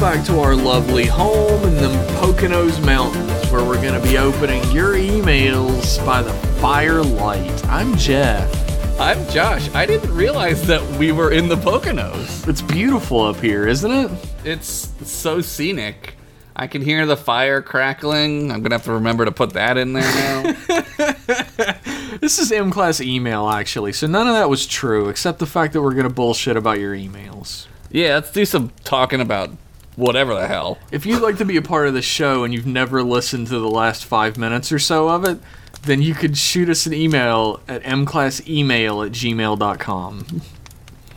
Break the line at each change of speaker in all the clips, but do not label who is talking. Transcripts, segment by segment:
back to our lovely home in the Poconos Mountains, where we're going to be opening your emails by the firelight. I'm Jeff.
I'm Josh. I didn't realize that we were in the Poconos.
It's beautiful up here, isn't it?
It's so scenic. I can hear the fire crackling. I'm gonna have to remember to put that in there now.
This is M Class email, actually, so none of that was true, except the fact that we're going to bullshit about your emails.
yeah, let's do some talking about whatever the hell.
If you'd like to be a part of the show and you've never listened to the last five minutes or so of it, then you could shoot us an email at mclassemail at gmail.com.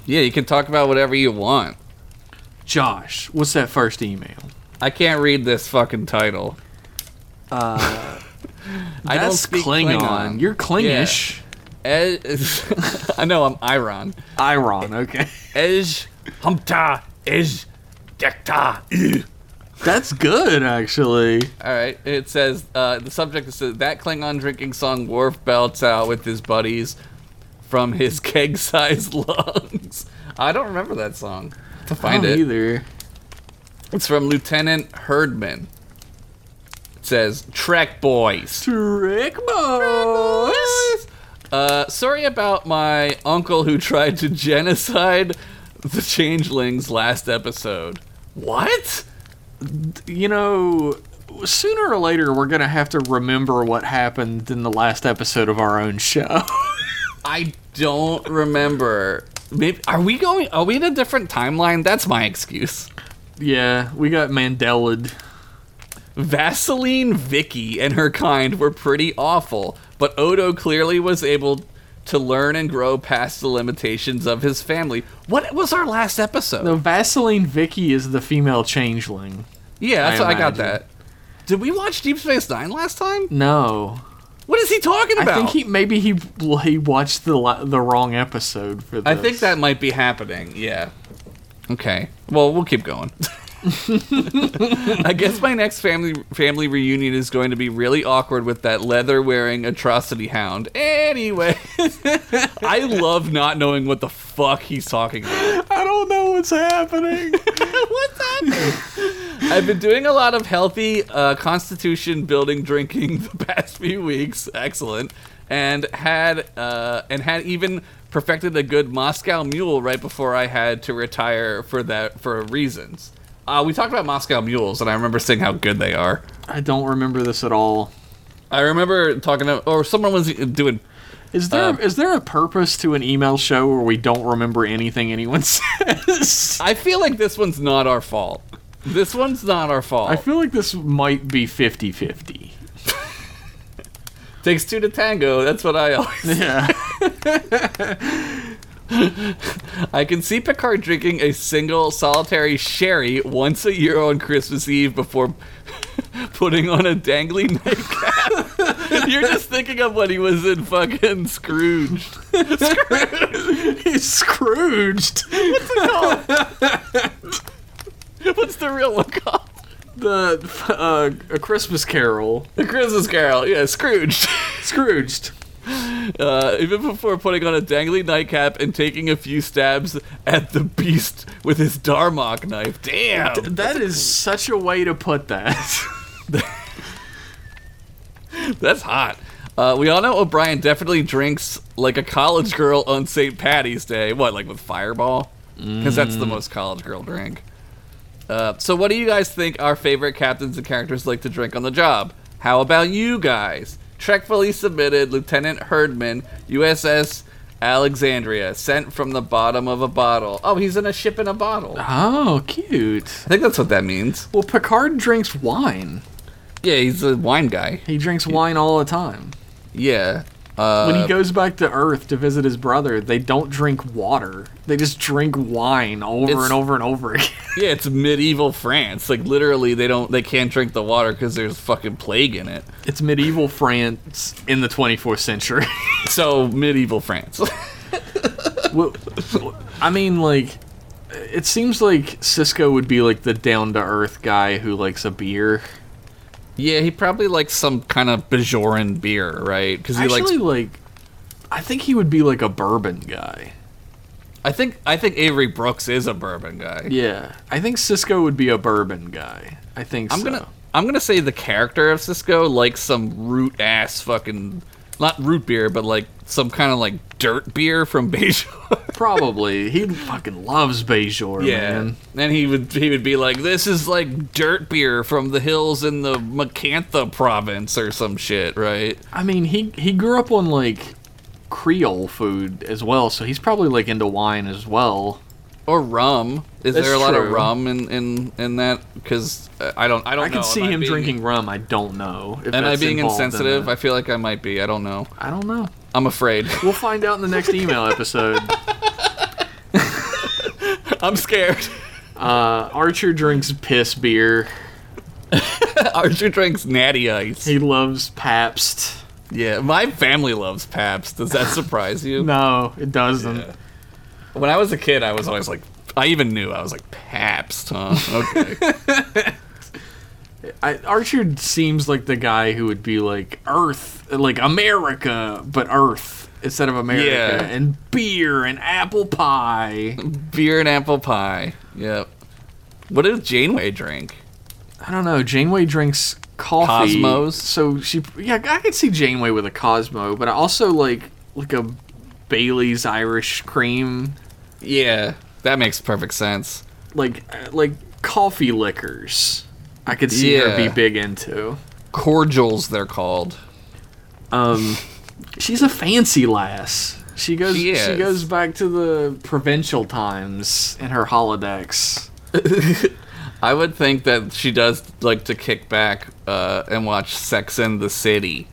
Yeah, you can talk about whatever you want.
Josh, what's that first email?
I can't read this fucking title. Uh, I don't
That's
speak
Klingon.
Klingon.
You're Klingish.
Ez- I know I'm Iron.
Iron, okay.
Ej humta ej dekta. Ugh.
That's good, actually.
All right. It says uh, the subject is uh, that Klingon drinking song Worf belts out with his buddies from his keg-sized lungs. I don't remember that song. To find
I don't
it,
either.
it's from Lieutenant Herdman. It says Trek Boys.
Trick boys.
Uh, sorry about my uncle who tried to genocide the changelings last episode. What?
You know, sooner or later we're gonna have to remember what happened in the last episode of our own show.
I don't remember. Maybe are we going? Are we in a different timeline? That's my excuse.
yeah, we got Mandela'd.
Vaseline Vicky and her kind were pretty awful, but Odo clearly was able to learn and grow past the limitations of his family. What was our last episode?
The Vaseline Vicky is the female changeling.
yeah, that's
I
I, I got
imagine.
that. Did we watch Deep Space Nine last time?
No,
What is he talking about?
I think he maybe he he watched the la- the wrong episode for. This.
I think that might be happening. Yeah. Okay. Well, we'll keep going. I guess my next family family reunion is going to be really awkward with that leather wearing atrocity hound. Anyway, I love not knowing what the fuck he's talking about.
I don't know what's happening.
What's happening? I've been doing a lot of healthy uh, constitution building drinking the past few weeks. Excellent, and had uh, and had even perfected a good Moscow mule right before I had to retire for that for reasons. Uh, we talked about Moscow mules, and I remember saying how good they are.
I don't remember this at all.
I remember talking to, or someone was doing.
Is there is
Uh,
there a purpose to an email show where we don't remember anything anyone says?
I feel like this one's not our fault. This one's not our fault.
I feel like this might be 50-50.
Takes two to tango. That's what I always
Yeah.
I can see Picard drinking a single solitary sherry once a year on Christmas Eve before putting on a dangly nightcap. You're just thinking of when he was in fucking Scrooge.
He's Scrooged.
What's the real one called?
The uh, a Christmas Carol.
The Christmas Carol. Yeah, Scrooge.
Scrooged.
Uh, even before putting on a dangly nightcap and taking a few stabs at the beast with his Darmok knife. Damn.
That is such a way to put that.
That's hot. Uh, we all know O'Brien definitely drinks like a college girl on St. Patty's Day. What, like with Fireball? Because that's the most college girl drink. Uh, so, what do you guys think our favorite captains and characters like to drink on the job? How about you guys? Trekfully submitted Lieutenant Herdman, USS Alexandria, sent from the bottom of a bottle. Oh, he's in a ship in a bottle. I
oh, cute.
think that's what that means.
Well, Picard drinks wine.
Yeah, he's a wine guy.
He drinks wine all the time.
Yeah. Uh,
When he goes back to Earth to visit his brother, they don't drink water. They just drink wine over
It's-
and over and over again.
Yeah, it's medieval France. Like literally, they don't, they can't drink the water because there's fucking plague in it.
It's medieval France in the 24th century.
So medieval France.
Well, I mean, like, it seems like Cisco would be like the down to earth guy who likes a beer.
yeah, he probably likes some kind of Bajoran beer, right? Because he
Actually,
likes.
like, I think he would be like a bourbon guy.
I think I think Avery Brooks is a bourbon guy.
Yeah, I think Cisco would be a bourbon guy. I think
I'm
so.
gonna I'm gonna say the character of Cisco like some root ass fucking not root beer, but like some kind of like dirt beer from Bejor.
Probably he fucking loves Bejor, man.
And he would he would be like, This is like dirt beer from the hills in the Macantha province or some shit, right?
I mean, he he grew up on like Creole food as well, so he's probably like into wine as well.
Or rum. Is
That's
there a lot of
true.
rum in in, in that? Because I don't I don't
I
know.
could see
Am
him
being-
drinking rum. I don't know. If
Am I
that's
being
involved in
insensitive?
that.
I feel like I might be. I don't know.
I don't know.
I'm afraid.
We'll find out in the next email episode.
I'm scared.
Uh, Archer drinks piss beer.
Archer drinks natty ice.
He loves Pabst.
Yeah, my family loves Pabst. Does that surprise you?
No, it doesn't.
Yeah. When I was a kid, I was always like, I even knew I was like Pabst, huh? Okay.
I, Archer seems like the guy who would be like Earth, like America, but Earth instead of America,
Yeah.
and beer and apple pie.
Beer and apple pie. Yep. What does Janeway drink?
I don't know. Janeway drinks coffee.
Cosmos?
So she, yeah, I could see Janeway with a Cosmo, but I also like like a Bailey's Irish cream,
Yeah, that makes perfect sense.
like like coffee liquors. I could see her be
Yeah.
big into.
Cordials, they're called.
Um, she's a fancy lass. She goes.
She
She,
is.
goes back to the provincial times in her holodecks.
I would think that she does like to kick back uh, and watch Sex and the City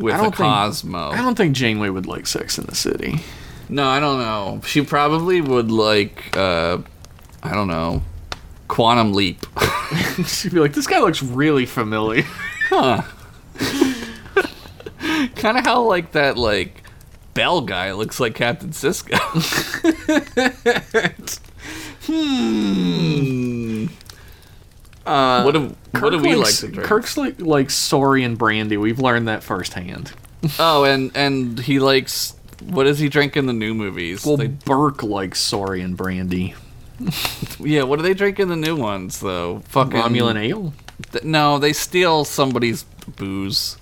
with
I
a
don't think-
Cosmo.
I don't think Janeway would like Sex in the City.
No, I don't know. She probably would like uh I don't know. Quantum leap.
She'd be like, "This guy looks really familiar."
kind of how like that like Bell guy looks like Captain Cisco. hmm.
Uh,
What do what do we like
likes-
to drink?
Kirk's like like sorry and brandy. We've learned that firsthand.
Oh, and and he likes what does he drink in the new movies?
Well,
They-
Burke likes sorry and brandy.
yeah, what do they drink in the new ones though? Fucking
Romulan ale.
Th- no, they steal somebody's booze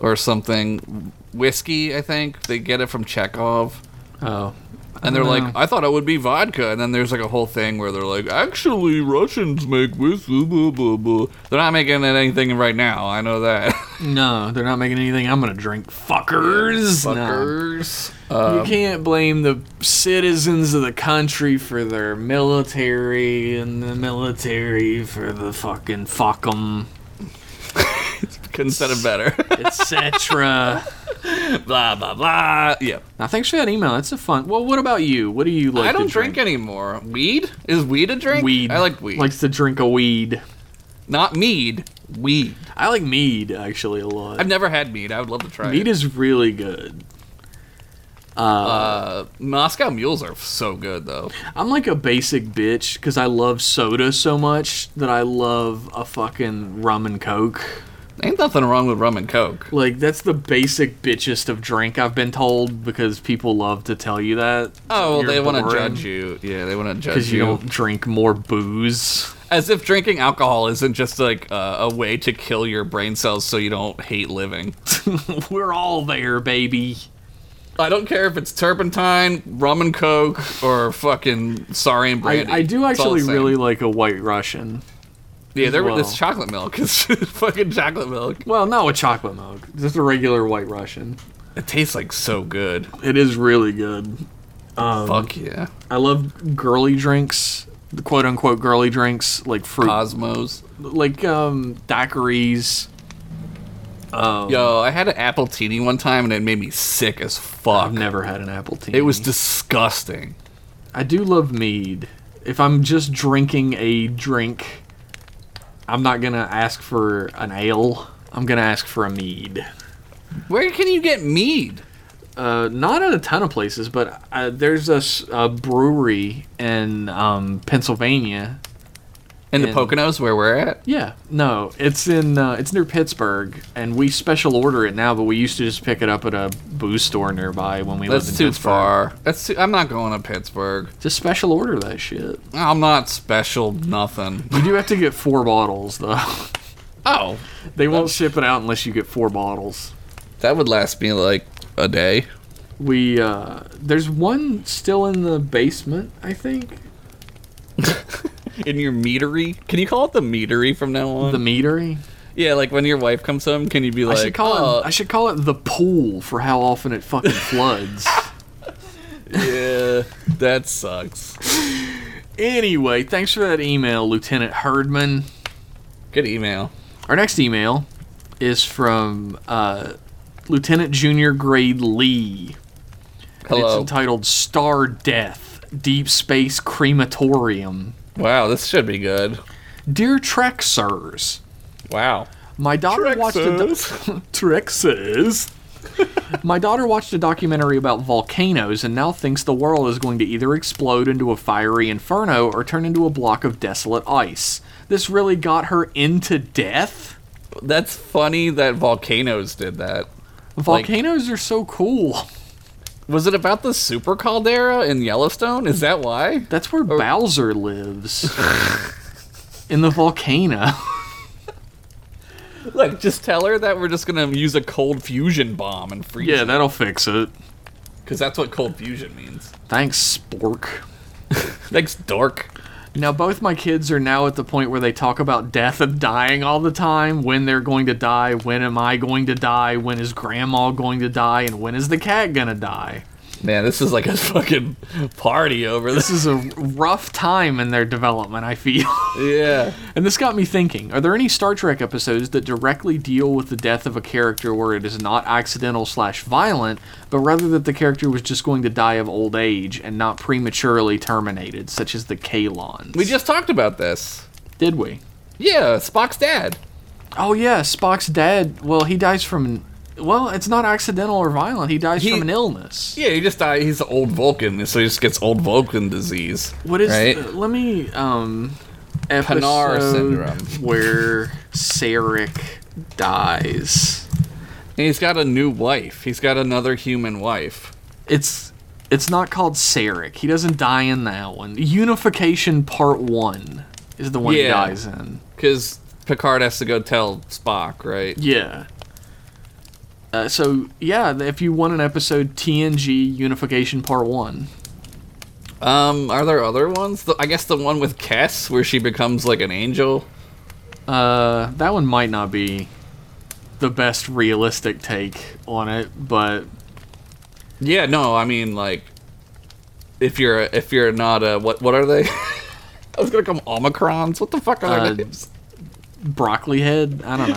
or something. Whiskey, I think. They get it from Chekhov.
Oh,
And they're
know.
like, I thought it would be vodka. And then there's like a whole thing where they're like, actually, Russians make whiskey. Blah, blah, blah. They're not making it anything right now. I know that.
no, they're not making anything. I'm gonna drink, fuckers. Uh, No.
Fuckers. Um,
you can't blame the citizens of the country for their military and the military for the fucking fuck 'em,
Couldn't said it better.
etc.
blah, blah, blah. Yeah.
now, thanks for that email. That's a fun. Well, what about you? What do you like?
I don't
to
drink, anymore. Weed? Is weed a drink?
Weed.
I like weed.
Likes to drink a weed.
not mead. Weed.
I like mead actually a lot.
I've never had mead. I would love to try
mead
it.
is really good.
Uh, Moscow mules are so good, though.
I'm like a basic bitch because I love soda so much that I love a fucking rum and coke.
Ain't nothing wrong with rum and coke.
Like that's the basic bitchest of drink I've been told because people love to tell you that.
Oh, well, they want to judge you. Yeah, they want to judge
because you don't drink more booze.
As if drinking alcohol isn't just like uh, a way to kill your brain cells so you don't hate living.
We're all there, baby.
I don't care if it's turpentine, rum and coke, or fucking sorry and
I,
brandy.
I do
It's all
actually
the same.
really like a White Russian.
Yeah, there
well.
it's chocolate milk. It's fucking chocolate milk.
Well, not with chocolate milk, just a regular White Russian.
It tastes like so good.
It is really good. Um,
Fuck yeah,
I love girly drinks, the quote unquote girly drinks like fruit,
Uh, Cosmos.
like um daiquiris. um,
Yo, I had an apple teeny one time and it made me sick as
I've
fuck.
never had an apple tea.
It was disgusting.
I do love mead. If I'm just drinking a drink, I'm not gonna ask for an ale. I'm gonna ask for a mead.
Where can you get mead?
Uh, not at a ton of places, but uh, there's a, s- a brewery in um, Pennsylvania
In the
And-
Poconos where we're at?
Yeah, no, it's in uh, it's near Pittsburgh, and we special order it now, but we used to just pick it up at a booze store nearby when we
That's
lived
too
in Pittsburgh.
far. That's too, I'm not going to Pittsburgh.
Just special order that shit.
I'm not special nothing.
You do have to get four bottles though.
Oh.
They won't ship it out unless you get four bottles.
That would last me like a day.
We uh, there's one still in the basement, I think.
In your meatery? Can you call it the meatery from now on?
The meatery.
yeah, like when your wife comes home, can you be like,
I should call
"Oh,
it. I should call it the pool for how often it fucking floods.
"Oh, yeah, that sucks.
anyway, thanks for that email, Lieutenant Herdman.
Good email.
Our next email is from uh, Lieutenant Junior Grade Lee. and It's
Hello.
entitled Star Death Deep Space Crematorium.
wow, this should be good.
Dear Trek Sirs,
Wow.
my daughter watched a do- Trexes. My daughter watched a documentary about volcanoes and now thinks the world is going to either explode into a fiery inferno or turn into a block of desolate ice. This really got her into death?
That's funny that volcanoes did that.
Volcanoes are so cool.
Was it about the super caldera in Yellowstone? Is that why?
That's where Bowser lives. in the volcano.
Like, just tell her that we're just gonna use a cold fusion bomb and freeze.
yeah, that'll fix it.
because that's what cold fusion means.
Thanks, Spork.
Thanks, dork.
Now, both my kids are now at the point where they talk about death and dying all the time. When they're going to die, when am I going to die, when is grandma going to die, and when is the cat gonna die?
Man, this is like a fucking party over
This is a rough time in their development, I feel.
yeah.
and this got me thinking are there any Star Trek episodes that directly deal with the death of a character where it is not accidental slash violent, but rather that the character was just going to die of old age and not prematurely terminated, such as the Kalons?
We just talked about this.
did we?
Yeah, Spock's dad.
Oh yeah, Spock's dad. Well, he dies from. Well, it's not accidental or violent. He dies
He-
from an illness.
Yeah, he just died. He's an old Vulcan, so he just gets old Vulcan disease.
What is? uh,
right?
let me. Um,
Panar
episode
syndrome.
where Sarek dies.
And he's got a new wife. He's got another human wife.
It's it's not called Sarek. He doesn't die in that one. Unification Part One is the one he
Yeah.
dies in.
Because Picard has to go tell Spock, right?
Yeah. Uh, so yeah, if you want an episode TNG Unification Part One,
Um, are there other ones? The, I guess the one with Kess, where she becomes like an angel.
Uh, that one might not be the best realistic take on it, but
Yeah, no, I mean like, if you're if you're not a what what are they? I was gonna come Omicrons. What the fuck are
Uh,
their names?
broccoli head. I don't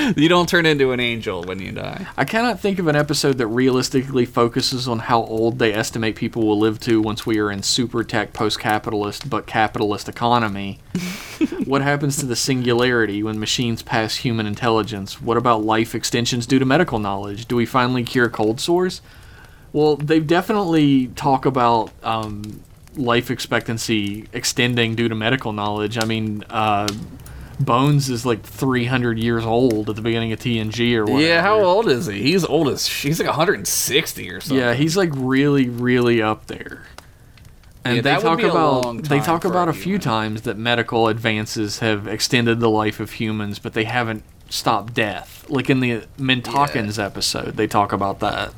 know.
you don't turn into an angel when you die.
I cannot think of an episode that realistically focuses on how old they estimate people will live to once we are in super tech post-capitalist but capitalist economy. what happens to the singularity when machines pass human intelligence? What about life extensions due to medical knowledge? Do we finally cure cold sores? Well, they definitely talk about um, life expectancy extending due to medical knowledge. I mean, uh, Bones is like 300 years old at the beginning of TNG or whatever.
Yeah, how old is he? He's old as sh- he's like 160 or something.
Yeah, he's like really, really up there. And
Yeah,
they
that would
talk
be a long
about they
time
talk
for a
about a few
human.
times that medical advances have extended the life of humans, but they haven't stopped death. Like in the Mintakins episode, they talk about that.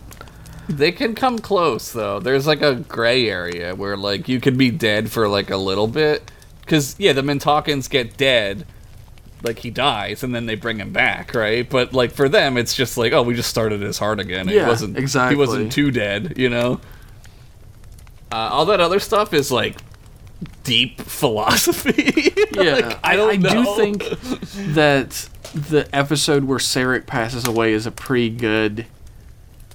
They can come close though. There's like a gray area where like you could be dead for like a little bit, because yeah, the Mintakins get dead, like he dies, and then they bring him back, right? But like for them, it's just like oh, we just started his heart again.
Yeah,
he wasn't
exactly.
He wasn't too dead, you know. Uh, all that other stuff is like deep philosophy.
Yeah,
Like, I don't
I
know.
do think that the episode where Sarek passes away is a pretty good.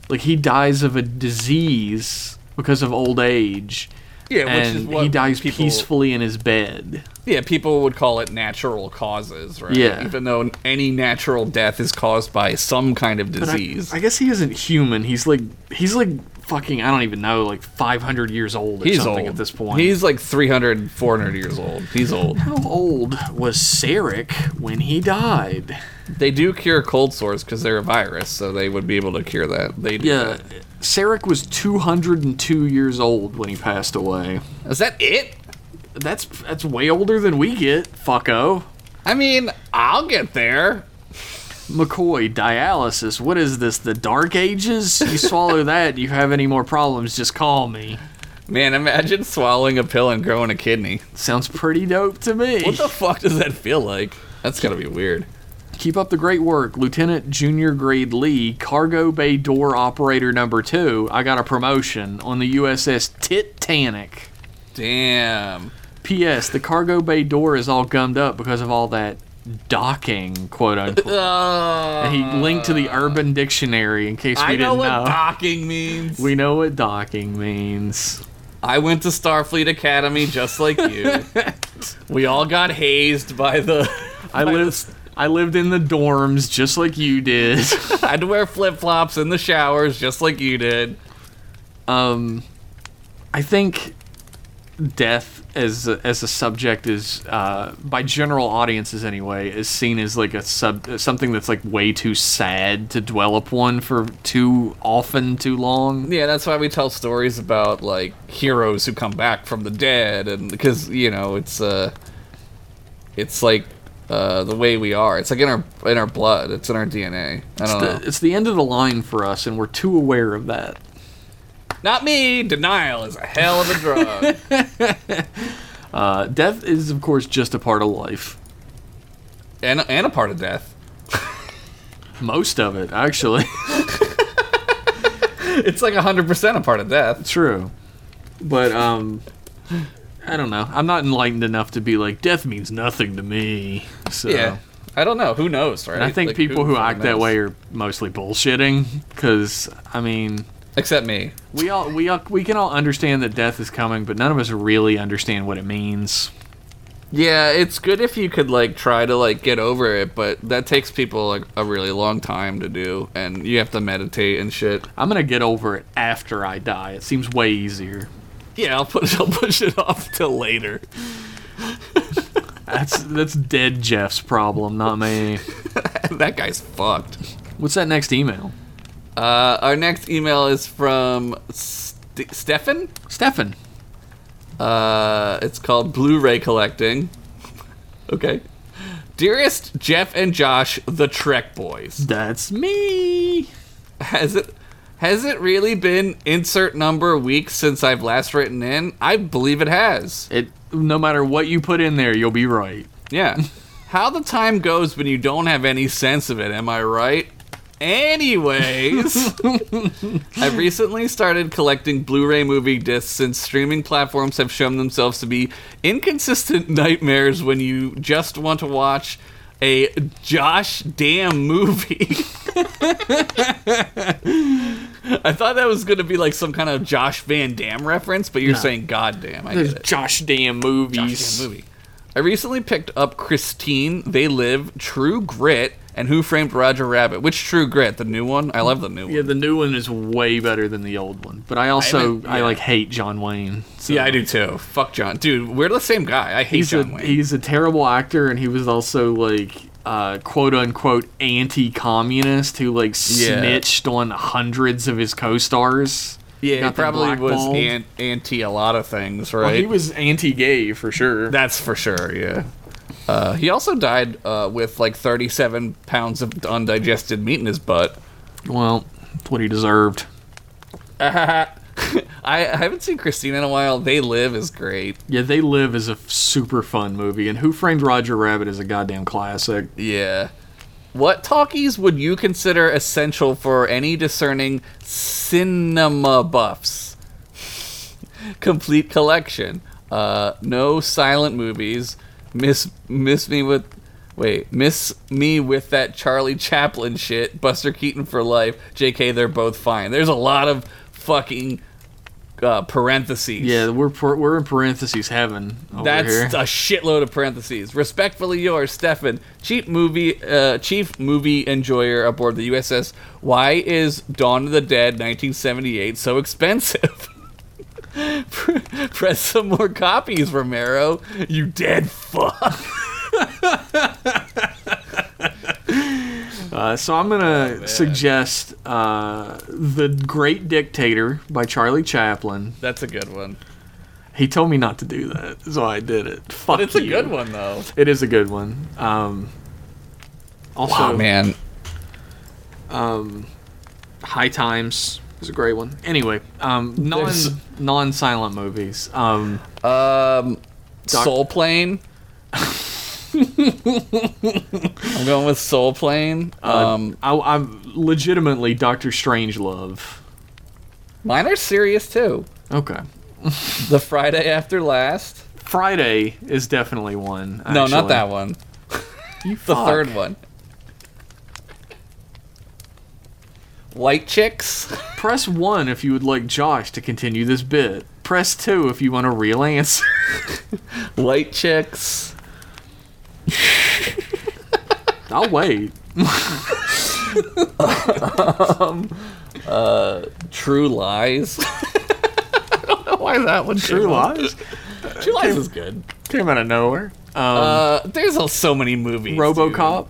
Like he dies of a disease because of old age,
yeah,
and he dies
people-
peacefully in his bed.
Yeah, people would call it natural causes, right?
Yeah.
Even though any natural death is caused by some kind of
But I-
disease.
I, guess he isn't human. He's like he's like fucking, I don't even know, like 500 years old or
He's
something
old
at this point.
He's like 300, 400 years old. He's old.
How old was Sarek when he died?
They do cure cold sores because they're a virus, so they would be able to cure that. They do
Yeah, Sarek was 202 years old when he passed away.
That. Is that it?
That's that's way older than we get, fucko.
I mean, I'll get there.
McCoy, dialysis, what is this, the Dark Ages? You swallow that, you have any more problems, just call me.
Man, imagine swallowing a pill and growing a kidney.
Sounds pretty dope to me.
What the fuck does that feel like? That's gotta be weird.
Keep up the great work, Lieutenant Junior Grade Lee, Cargo Bay Door Operator Number Two. I got a promotion on the USS Titanic.
Damn.
P.S. The cargo bay door is all gummed up because of all that docking, quote unquote. and he linked to the Urban Dictionary in case we
I
didn't
know what
know.
docking means.
we know what docking means.
I went to Starfleet Academy just like you. we all got hazed by the.
I lived, I lived in the dorms just like you did.
I had to wear flip flops in the showers just like you did.
um, I think death as a, as a subject is uh, by general audiences anyway is seen as like a sub something that's like way too sad to dwell upon for too often too long.
Yeah, that's why we tell stories about like heroes who come back from the dead, and because you know it's uh, it's like uh, the way we are. It's like in our in our blood. It's in our DNA. I don't know.
The- it's the end of the line for us, and we're too aware of that.
Not me. Denial is a hell of a drug.
Uh, death is, of course, just a part of life.
and and a part of death.
Most of it, actually.
It's like hundred percent a part of death.
True. But, um, I don't know. I'm not enlightened enough to be like, death means nothing to me. So.
Yeah. I don't know. Who knows, right?
And I think
Like,
people who,
fucking
act that
knows?
way are mostly bullshitting, because, I mean,
except me.
we all, we all, we can all understand that death is coming, but none of us really understand what it means.
Yeah, it's good if you could like try to like get over it, but that takes people like a really long time to do, and you have to meditate and shit.
I'm gonna get over it after I die. It seems way easier.
Yeah, I'll push I'll push it off till later.
That's that's dead Jeff's problem, not me.
that guy's fucked.
What's that next email?
Uh, our next email is from St- Stefan.
Stefan.
Uh, it's called Blu-ray collecting. okay, dearest Jeff and Josh, the Trek boys.
That's me.
Has it has it really been insert number week since I've last written in? I believe it has.
It no matter what you put in there, you'll be right.
Yeah. How the time goes when you don't have any sense of it, am I right? Anyways, I've recently started collecting Blu ray movie discs since streaming platforms have shown themselves to be inconsistent nightmares when you just want to watch a Josh Damn movie. I thought that was going to be like some kind of Josh Van Dam reference, but you're saying God damn. I get it.
Josh damn movies.
Goddamn movie. I recently picked up Christine, They Live, True Grit, and Who Framed Roger Rabbit. Which True Grit? The new one? I love the new one.
Yeah, the new one is way better than the old one. But I also
haven't-
I,
yeah.
like hate John Wayne. so-
Yeah, I do too. Fuck John, dude. We're the same guy. I hate
He's
John
a
Wayne.
he's a terrible actor, and he was also like. Uh, quote unquote anti-communist who like
Yeah.
snitched on hundreds of his co-stars.
yeah, he
got them
probably was
blackballed.
an- anti a lot of things, right?
Well, he was anti-gay for sure.
That's for sure. Yeah. Uh, he also died uh, with like 37 pounds of undigested meat in his butt.
Well, that's what he deserved.
I, I haven't seen Christine in a while. They Live is great.
Yeah, They Live is a f- super fun movie, and Who Framed Roger Rabbit is a goddamn classic.
Yeah. What talkies would you consider essential for any discerning cinema buffs? Complete collection. Uh, no silent movies. Miss miss me with wait, miss me with that Charlie Chaplin shit. Buster Keaton for life. JK, they're both fine. There's a lot of fucking uh, parentheses.
Yeah, we're par- we're in parentheses heaven over
That's
here.
a shitload of parentheses. Respectfully yours, Stefan, chief movie, uh, chief movie enjoyer aboard the USS. Why is Dawn of the Dead 1978 so expensive? Press some more copies, Romero. You dead fuck.
Uh, so I'm
Oh,
gonna suggest uh, "The Great Dictator" by Charlie Chaplin.
That's a good one.
He told me not to do that, so I did it. Fuck
It's a
you.
good one though.
It is a good one. Um, also,
oh man,
High Times is a great one. Anyway, um, non
There's-
non silent movies. Um,
Um,
Doc-
Soul Plane. I'm going with Soul Plane.
Uh,
Um,
I, I'm legitimately Doctor Strangelove.
mine are serious too.
Okay.
The Friday After Last.
Friday is definitely one.
No, not that one.
You
The third one. White Chicks.
Press one if you would like Josh to continue this bit. Press two if you want a real answer.
White Chicks.
I'll wait.
True Lies. I don't know why that one.
True
came up.
Lies
True Lies is good.
came out of nowhere. Um,
Uh, there's uh, so many movies. dude.
RoboCop.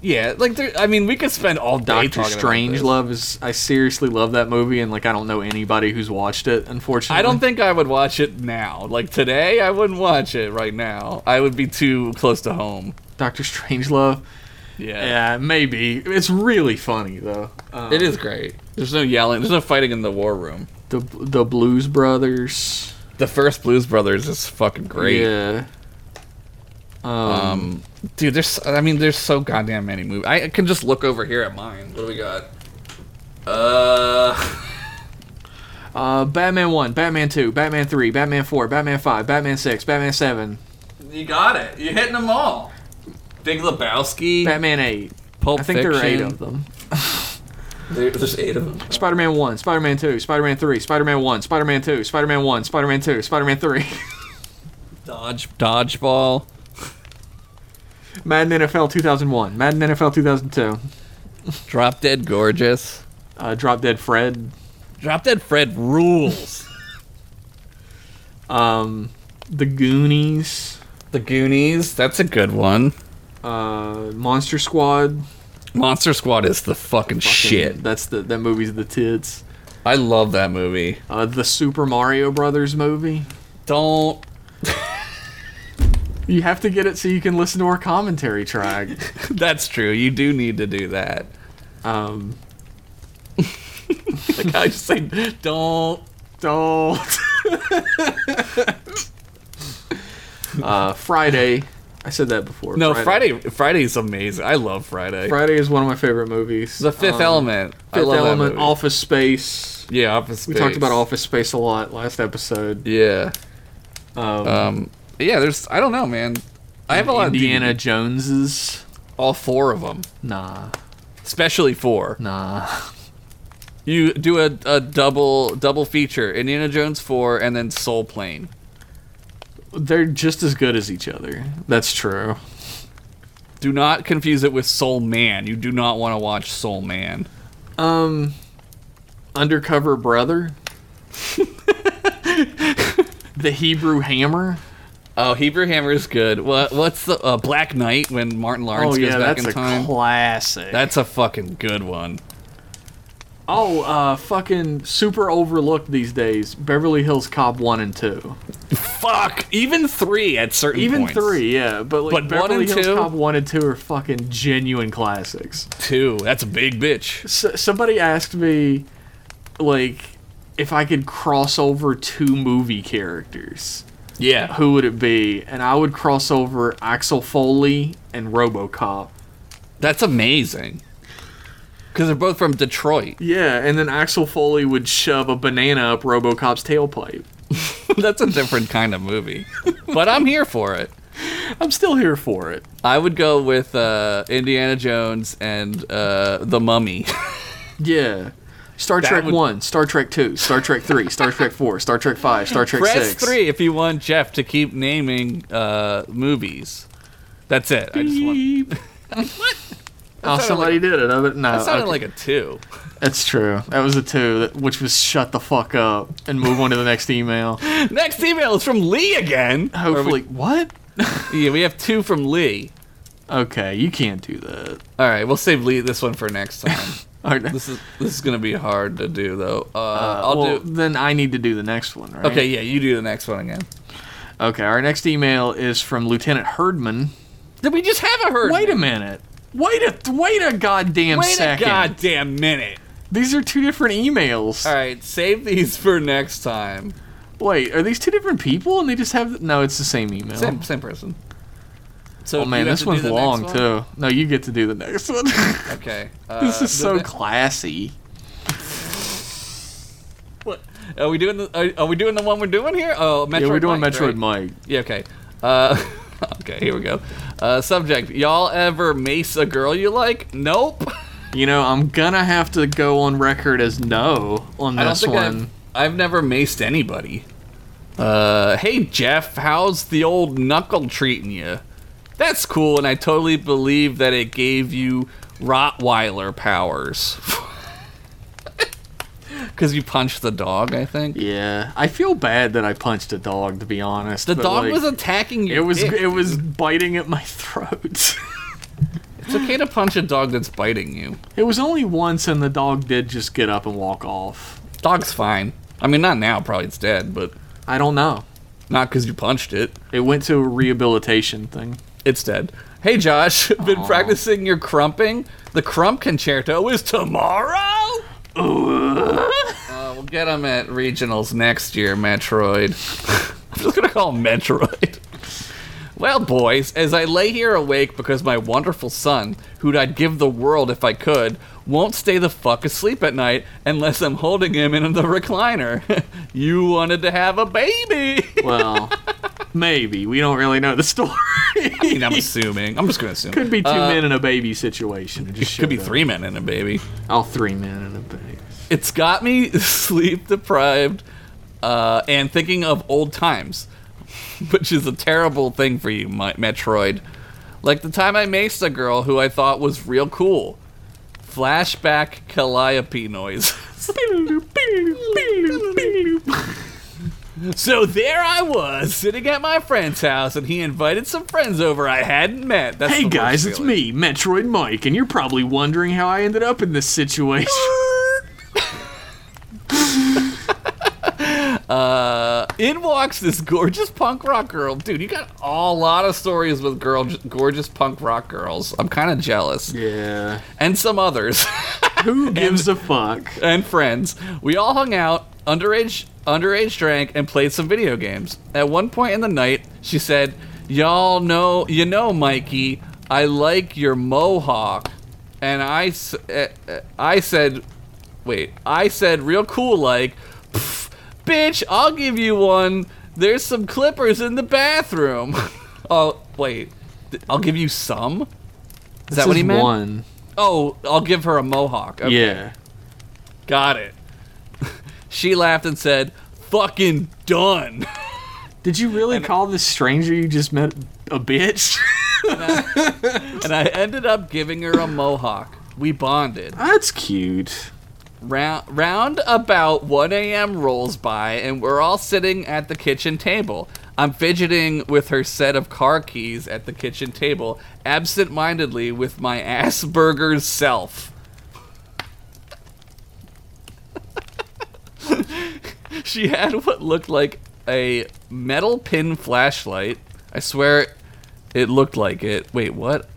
Yeah, like there, I mean, we could spend all day
Doctor
talking about this.
Strangelove is. I seriously love that movie, and like I don't know anybody who's watched it. Unfortunately,
I don't think I would watch it now. Like today, I wouldn't watch it right now. I would be too close to home.
Doctor Strangelove.
Yeah,
Yeah, maybe it's really funny though. Um,
it is great. There's no yelling. There's no fighting in the war room.
the the Blues Brothers.
The first Blues Brothers is fucking great.
Yeah. Um,
Um, dude, there's. I mean, there's so goddamn many movies. I can just look over here at mine. What do we got? Uh,
uh, Batman one, Batman two, Batman three, Batman four, Batman five, Batman six, Batman seven,
you got it. You're hitting them all. Big Lebowski.
Batman eight.
Pulp
I think there are eight
Fiction.
of them.
There- there's eight of them.
Spider Man one, Spider Man two, Spider Man three, Spider Man one, Spider Man two, Spider Man one, Spider Man two, Spider Man three.
Dodge, dodgeball.
Madden NFL 2001, Madden NFL 2002,
Drop Dead Gorgeous.
uh, Drop Dead Fred,
Drop Dead Fred rules.
um, The Goonies,
the Goonies, that's a good one.
uh, Monster Squad.
Monster Squad is the fucking, shit.
That's the that movie's the tits.
I love that movie.
Uh, the Super Mario Brothers movie.
Don't.
You have to get it so you can listen to our commentary track.
That's true. You do need to do that.
Um,
Like I just say, don't.
don't. uh, Friday. I said that before.
No, Friday. Friday's amazing. I love Friday.
Friday is one of my favorite movies.
The Fifth
Um,
Element. I
Fifth
love that
Element.
movie.
Office Space.
yeah, Office Space.
We talked about Office Space a lot last episode.
Yeah.
Um,
Um. Yeah. There's. I don't know, man. I have a lot
Indiana
of DVD.
Joneses.
All four of them,
Nah,
especially four.
nah.
You do a, a double double feature: Indiana Jones four and then Soul Plane.
They're just as good as each other. That's true.
Do not confuse it with Soul Man. You do not want to watch Soul Man.
Um, undercover brother. the Hebrew Hammer.
Oh, Hebrew Hammer is good. What what's the uh, Black Knight when Martin Lawrence
oh
goes
yeah,
back
that's
in
a
time?
classic.
that's a fucking good one.
oh, uh, fucking super overlooked these days. Beverly Hills Cop one and two,
Fuck, even three at certain
even
points.
three, yeah. But like
But one
Beverly
and
Hills
two?
Cop one and two are fucking genuine classics.
two. That's a big bitch.
S- somebody asked me, like, if I could cross over two movie characters.
Yeah,
who would it be? And I would cross over Axel Foley and RoboCop.
that's amazing. Because they're both from Detroit.
Yeah, and then Axel Foley would shove a banana up RoboCop's tailpipe.
that's a different kind of movie, but I'm here for it.
I'm still here for it.
I would go with uh, Indiana Jones and uh, the Mummy.
Yeah. Star
That
Trek
would-
One, Star Trek Two, Star Trek Three, Star Trek Four, Star Trek Five, Star Trek
Press
Six.
three if you want Jeff to keep naming uh, movies. That's it. I just want.
Beep. Oh,
sounded
somebody did it. I bet- No,
That sounded
okay.
like a two.
that's true. That was a two, that, which was shut the fuck up and move on to the next email.
Next email is from Lee again. Or
Hopefully, what?
we, yeah, we have two from Lee.
Okay, you can't do that.
All right, we'll save Lee this one for next time.
All right,
this is this is gonna be hard to do though. Uh,
uh,
I'll
well,
do.
Then I need to do the next one, right?
Okay, yeah, you do the next one again.
Okay. Our next email is from Lieutenant Herdman.
Did we just have a herd?
Wait a minute. Wait a wait a goddamn
Wait a
second.
goddamn minute.
These are two different emails.
All right, save these for next time.
Wait, are these two different people and they just have no, it's the same email.
Same same person. So
Oh
you
man, this
have to do
one's
the next
long
one?
too. No, you get to do the next one.
Okay. Uh,
this is
the
so
ne-
classy.
What? Are we doing the are, are we doing the one we're doing here? Oh, Metroid
yeah, we're doing
Mike,
Metroid
right?
Mike.
Yeah, okay. Uh, okay, here we go. Uh, subject: Y'all ever mace a girl you like? Nope.
You know, I'm gonna have to go on record as no on
I don't
this
think
one.
I've, I've never maced anybody. Uh, hey Jeff, how's the old knuckle treating you? That's cool, and I totally believe that it gave you Rottweiler powers. Because you punched the dog, I think.
Yeah, I feel bad that I punched a dog. To be honest,
The
but,
dog
like,
was attacking you.
It was it was biting at my throat.
It's okay to punch a dog that's biting you.
it was only once, and the dog did just get up and walk off.
Dog's fine. I mean, not now. Probably it's dead, but
I don't know.
not because you punched it.
It went to a rehabilitation thing.
It's dead. Hey, Josh. Been practicing your crumping. The crump concerto is tomorrow. Uh, we'll get them at regionals next year, Metroid. I'm just gonna call 'em Metroid. Well, boys, as I lay here awake because my wonderful son, who'd I'd give the world if I could, won't stay the fuck asleep at night unless I'm holding him in the recliner. you wanted to have a baby.
Well, maybe we don't really know the story.
I mean, I'm assuming. I'm just gonna assume.
could be two
Uh,
men and a baby situation. It just
Could be
showed up.
three men and a baby.
Oh, three men and a baby.
It's got me sleep deprived uh, and thinking of old times, which is a terrible thing for you, my- Metroid. Like the time I maced a girl who I thought was real cool. Flashback calliope noise. so there I was, sitting at my friend's house, and he invited some friends over I hadn't met. That's
Hey
the worst
guys, it's
feeling.
me, Metroid Mike, and you're probably wondering how I ended up in this situation.
Uh, in walks this gorgeous punk rock girl. Dude, you got a lot of stories with girl, gorgeous punk rock girls. I'm kind of jealous.
Yeah.
And some others.
Who gives a fuck?
and friends. We all hung out, underage underage drank, and played some video games. At one point in the night, she said, "Y'all know, you know, Mikey, I like your mohawk." And I, s- eh, eh, I said, "Wait," I said, real cool, like, "Pff, "Bitch, I'll give you one." There's some clippers in the bathroom. oh wait, Th- I'll give you some. Is that what he meant?
One.
Oh, I'll give her a mohawk. Okay.
Yeah.
Got it. she laughed and said, Fucking done.
Did you really call this stranger you just met a bitch?
and I ended up giving her a mohawk. We bonded.
That's cute.
Round, round about 1 a.m. rolls by, and we're all sitting at the kitchen table. I'm fidgeting with her set of car keys at the kitchen table, absent mindedly with my Asperger's self. she had what looked like a metal pin flashlight. I swear it looked like it. Wait, what?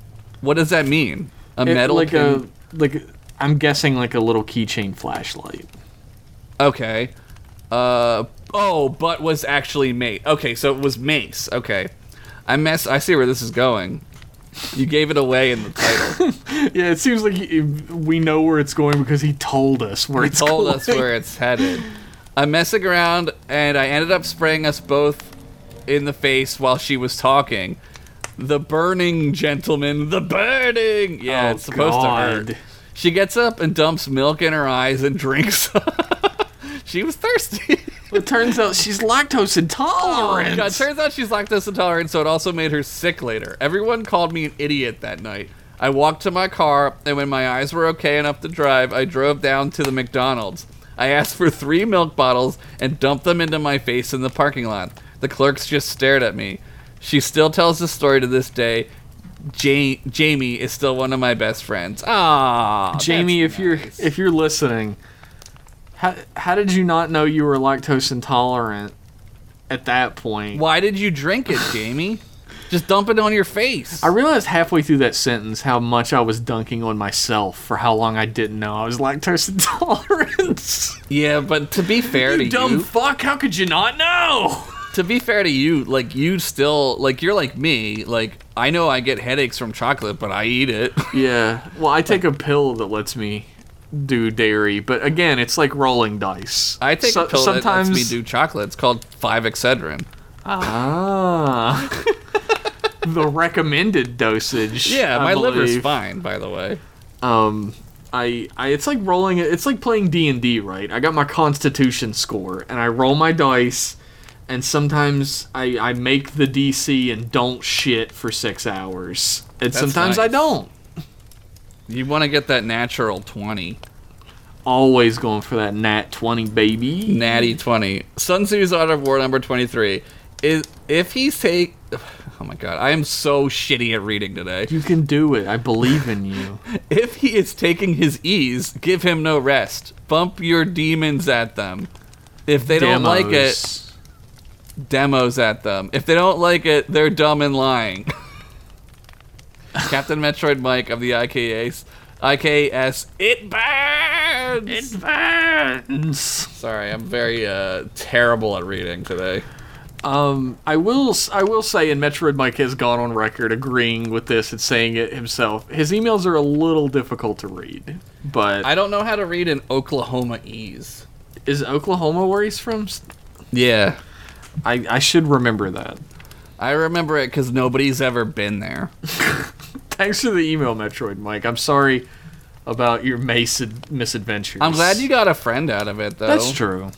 What does that mean? A
It-
metal
like
pin?
a like I'm guessing like a little keychain flashlight.
Okay. Uh oh, but was actually mate. Okay, so it was mace. Okay. I mess I see where this is going. You gave it away in the title.
Yeah, it seems like he- we know where it's going because he told us where it's
Told
going.
us where it's headed. I'm messing around and I ended up spraying us both in the face while she was talking. The burning gentleman, the burning. Yeah,
Oh,
it's supposed
God.
to hurt. She gets up and dumps milk in her eyes and drinks. she was thirsty.
It turns out she's lactose intolerant.
Oh, God, turns out she's lactose intolerant, so it also made her sick later. Everyone called me an idiot that night. I walked to my car, and when my eyes were okay enough to drive, I drove down to the McDonald's. I asked for three milk bottles and dumped them into my face in the parking lot. The clerks just stared at me. She still tells the story to this day. Ja- Jamie is still one of my best friends. Ah,
Jamie, if you're if you're listening, how how did you not know you were lactose intolerant at that point?
why did you drink it, Jamie? just dump it on your face.
I realized halfway through that sentence how much I was dunking on myself for how long I didn't know I was lactose intolerant.
yeah, but to be fair to you,
fuck, how could you not know?
to be fair to you, like you still like you're like me. Like I know I get headaches from chocolate, but I eat it.
Yeah. Well, I take a pill that lets me do dairy, but again, it's like rolling dice.
I take
So-
a pill
sometimes
that lets me do chocolate. It's called five Excedrin.
Ah. the recommended dosage.
Yeah,
I
my liver's
believe.
fine, by the way.
Um, I, I, it's like rolling. It's like playing D and D, right? I got my Constitution score, and I roll my dice, and sometimes I, I make the DC and don't shit for six hours, and
That's
sometimes I
nice.
don't.
You want to get that natural twenty,
Always going for that nat twenty, baby.
natty twenty. Sun Tzu's Art of War number twenty-three is if he's take. Oh my god, I am so shitty at reading today.
You can do it. I believe in you.
If he is taking his ease, give him no rest. Bump your demons at them. If they don't like it,
Demos.
demos at them. If they don't like it, they're dumb and lying. Captain Metroid Mike of the IKS, IKS, it burns.
Advance.
Sorry, I'm very uh, terrible at reading today.
Um, I will. s- I will say, and Metroid Mike has gone on record agreeing with this and saying it himself. His emails are a little difficult to read, but
I don't know how to read an Oklahoma ease.
is Oklahoma where he's from? S-
Yeah,
I I should remember that.
I remember it because nobody's ever been there.
Thanks for the email, Metroid Mike. I'm sorry about your Mason misadventures.
I'm glad you got a friend out of it though.
That's true.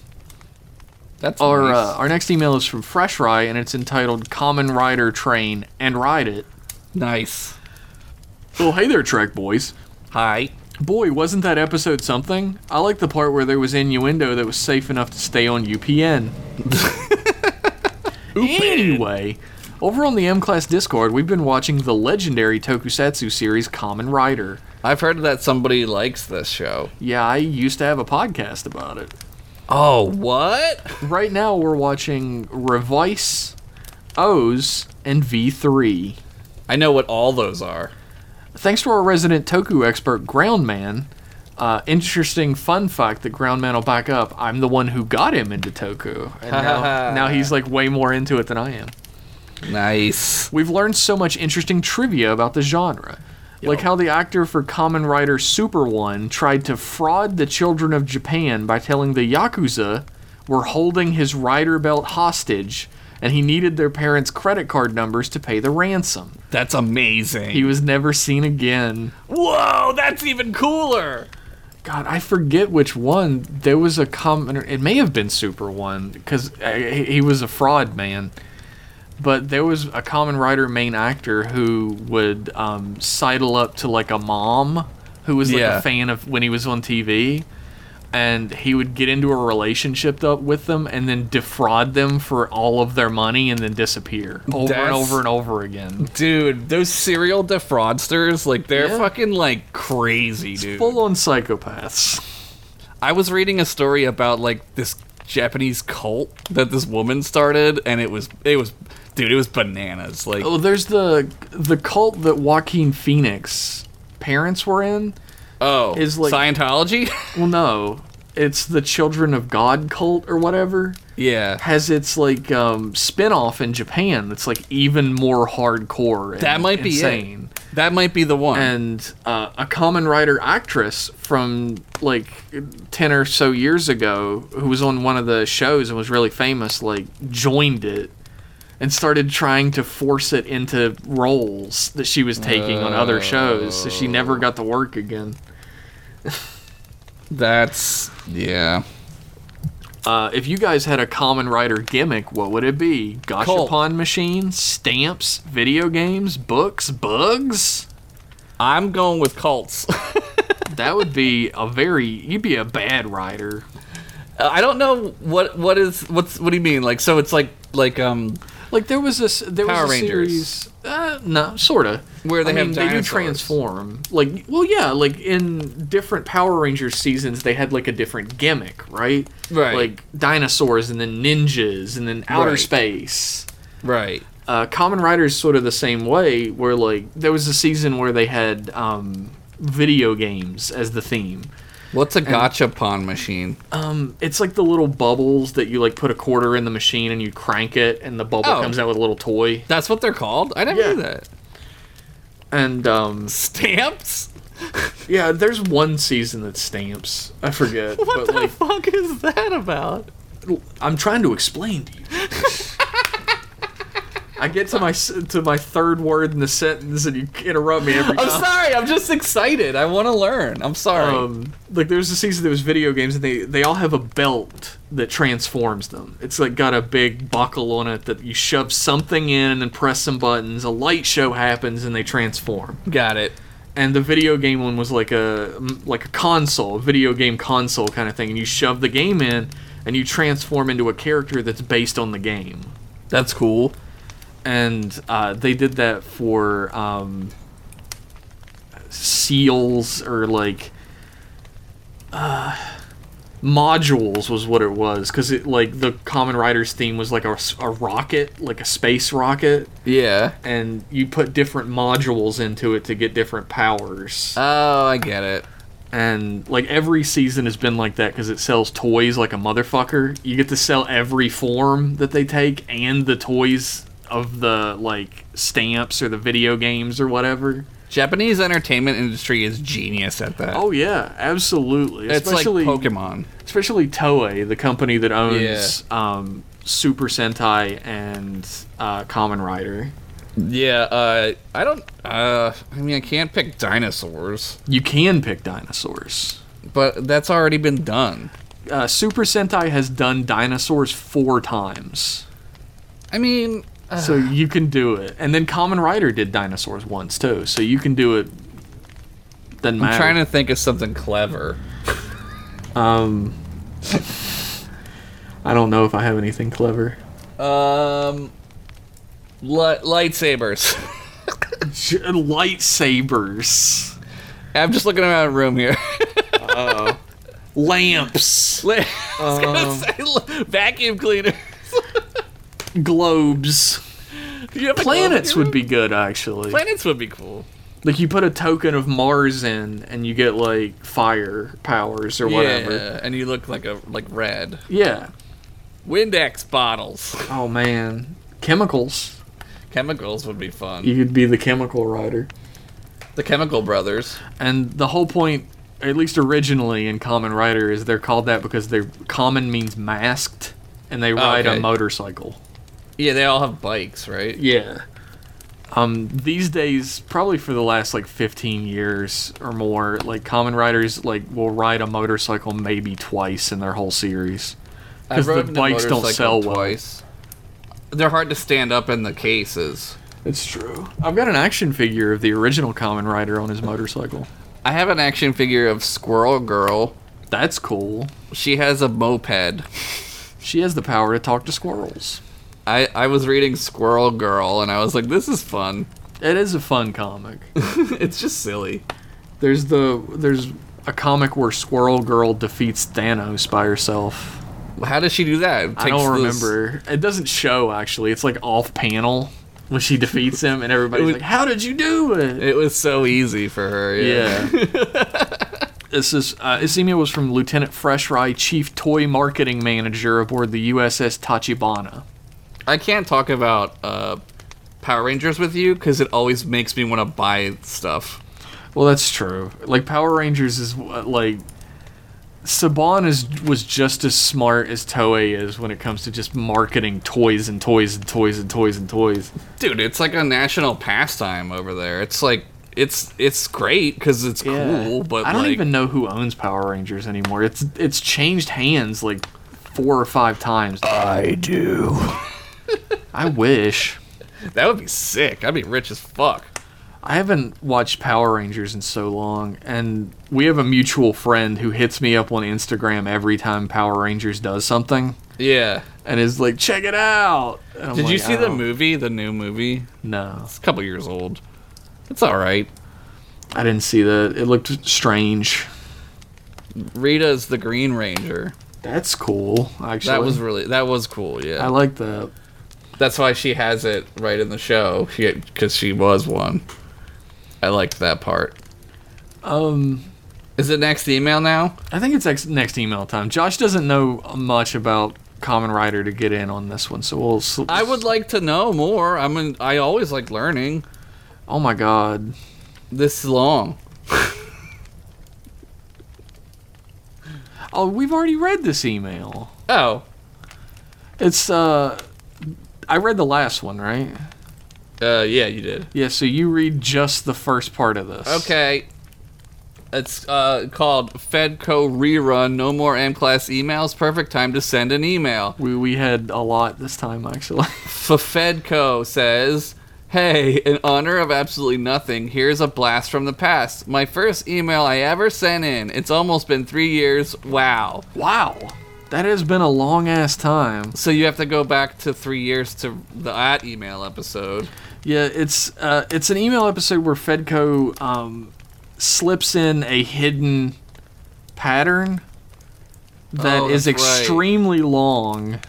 That's
Our
nice.
uh, our next email is from Fresh Rye, and it's entitled "Common Rider Train and Ride It."
nice.
Well, Oh, hey there, Trek boys.
Hi.
Boy, wasn't that episode something? I like the part where there was innuendo that was safe enough to stay on UPN. anyway, over on the M Class Discord, we've been watching the legendary tokusatsu series Common Rider.
I've heard that somebody likes this show.
Yeah, I used to have a podcast about it.
Oh, what?
Right now, we're watching Revice, O's, and V3.
I know what all those are.
Thanks to our resident Toku expert, Groundman. Uh, interesting fun fact that Groundman will back up. I'm the one who got him into Toku, and now, now he's like way more into it than I am.
Nice.
We've learned so much interesting trivia about the genre, like how the actor for Common Rider Super One tried to fraud the children of Japan by telling the yakuza were holding his rider belt hostage, and he needed their parents' credit card numbers to pay the ransom.
That's amazing.
He was never seen again.
Whoa, that's even cooler.
God, I forget which one. There was a common. It may have been Super One because he was a fraud man. But there was a common writer main actor who would um, sidle up to like a mom who was like
Yeah.
a fan of when he was on TV, and he would get into a relationship th- with them and then defraud them for all of their money and then disappear over and
That's-
over and over again.
Dude, those serial defraudsters, like they're
Yeah.
fucking like crazy, dude.
Full on psychopaths.
I was reading a story about like this Japanese cult that this woman started and it was it was dude, it was bananas. Like
Oh, there's the the cult that Joaquin Phoenix parents were in.
oh,
is, like-
Scientology?
Well, no, it's the Children of God cult or whatever.
yeah.
Has its like um, spinoff in Japan that's like even more hardcore. And
That might be it.
insane.
That might be the one.
And uh, a common writer actress from like ten or so years ago, who was on one of the shows and was really famous, like joined it and started trying to force it into roles that she was taking on other shows. So she never got to work again.
That's yeah.
Uh, if you guys had a common writer gimmick, what would it be? Gashapon machine, stamps, video games, books, bugs?
I'm going with cults.
That would be a very. You'd be a bad writer.
I don't know what what is what's what do you mean? Like so it's like like um
Like there was this. There
Power
was a
Rangers.
series. Uh, no, sorta.
Where they
I
have
mean, they do
dinosaurs.
transform. Like, well, yeah, like in different Power Rangers seasons, they had like a different gimmick, right?
Right.
Like dinosaurs, and then ninjas, and then outer
Right.
space.
right.
uh, Common Rider's sort of the same way, where like there was a season where they had um, video games as the theme.
What's a gotcha pawn machine?
Um, it's like the little bubbles that you like put a quarter in the machine and you crank it, and the bubble
Oh.
comes out with a little toy.
That's what they're called? I never
Yeah.
knew that.
And um,
Stamps?
yeah, there's one season that's stamps. I forget,
What
but
the
like
fuck is that about?
I'm trying to explain to you. I get to my s- to my third word in the sentence, and you interrupt me every time.
I'm sorry, I'm just excited. I want to learn. I'm sorry.
um, like there's a season that was video games and they they all have a belt that transforms them. It's like got a big buckle on it that you shove something in and then press some buttons. A light show happens and they transform.
Got it.
And the video game one was like a like a console, a video game console kind of thing. And you shove the game in and you transform into a character that's based on the game.
That's cool.
And uh, they did that for um, seals or like uh, modules was what it was because it like the common riders theme was like a, s- a rocket like a space rocket
Yeah.
and you put different modules into it to get different powers
Oh, I get it.
and like every season has been like that because it sells toys like a motherfucker you get to sell every form that they take and the toys of the like stamps or the video games or whatever
Japanese entertainment industry is genius at that.
Oh yeah, absolutely.
it's like
especially,
Pokemon.
Especially Toei, the company that owns um, Super Sentai and uh, Common Rider.
Yeah, uh, I don't. Uh, I mean, I can't pick dinosaurs,
You can pick dinosaurs.
but that's already been done.
Uh, Super Sentai has done dinosaurs four times,
I mean, uh,
so you can do it. And then Common Rider did dinosaurs once too, so you can do it. Doesn't
I'm
matter.
trying to think of something clever.
I don't know if I have anything clever.
Um, li- lightsabers.
J- Lightsabers,
I'm just looking around the room here.
lamps,
Li- I was
Um.
gonna say li- vacuum cleaner.
globes.
Do you have a
Planets
globe in your
would be good, actually.
room? planets would be cool.
Like you put a token of Mars in, and you get like fire powers or whatever.
Yeah, and you look like a like red
Yeah.
Windex bottles.
Oh man, chemicals.
Chemicals would be fun.
You could be the chemical rider.
The Chemical Brothers.
And the whole point, at least originally in Common Rider, is they're called that because they're common means masked, and they ride
okay.
a motorcycle.
Yeah, they all have bikes, right?
Yeah. Um, these days, probably for the last like 15 years or more, like common riders like will ride a motorcycle maybe twice in their whole series.
I've
'Cause the
ridden a
bikes don't sell
motorcycle
well.
twice. They're hard to stand up in the cases.
It's true. I've got an action figure of the original Common Rider on his motorcycle.
I have an action figure of Squirrel Girl.
That's cool.
She has a moped.
She has the power to talk to squirrels.
I, I was reading Squirrel Girl and I was like, this is fun.
It is a fun comic.
it's just silly.
There's the there's a comic where Squirrel Girl defeats Thanos by herself.
How does she do that? It
I
takes
don't
this-
remember. It doesn't show actually. It's like off panel when she defeats him, and everybody's
was-
like, "How did you do it?"
It was so easy for her. Yeah.
yeah. This is uh, this email was from Lieutenant Fresh Rye, Chief Toy Marketing Manager aboard the USS Tachibana.
I can't talk about uh, Power Rangers with you because it always makes me want to buy stuff.
Well, that's true. Like Power Rangers is uh, like Saban is was just as smart as Toei is when it comes to just marketing toys and toys and toys and toys and toys.
Dude, it's like a national pastime over there. It's like it's it's great because it's
Yeah.
cool, but
I don't
like,
even know who owns Power Rangers anymore. It's it's changed hands like four or five times.
I do.
I wish.
That would be sick. I'd be rich as fuck.
I haven't watched Power Rangers in so long, and we have a mutual friend who hits me up on Instagram every time Power Rangers does something,
Yeah.
and is like, "Check it out." And I'm
Did you
like, oh.
see
"I
the
don't-
movie, the new movie?
No,
It's a couple years old. It's all right.
I didn't see that. It looked strange.
Rita's the Green Ranger.
That's cool. Actually,
That was really that was cool.
I
Yeah.
like that.
That's why she has it right in the show because she was one. I liked that part.
Um,
Is it next email now?
I think it's ex- next email time. Josh doesn't know much about Common Rider to get in on this one, so we'll. Sl-
I would like to know more. I mean, I always like learning.
Oh my god.
This is long.
Oh, we've already read this email.
Oh,
It's uh, I read the last one, right?
uh, yeah, you did.
Yeah. So you read just the first part of this.
Okay. It's uh, called Fedco Rerun. No more M class emails. Perfect time to send an email.
We we had a lot this time actually.
Fafedco says, Hey, in honor of absolutely nothing, here's a blast from the past. My first email I ever sent in. It's almost been three years. Wow.
wow. That has been a long ass time.
So you have to go back to three years to the at email episode.
Yeah, it's uh, it's an email episode where Fedco um, slips in a hidden pattern that
Oh,
is
that's right.
extremely long,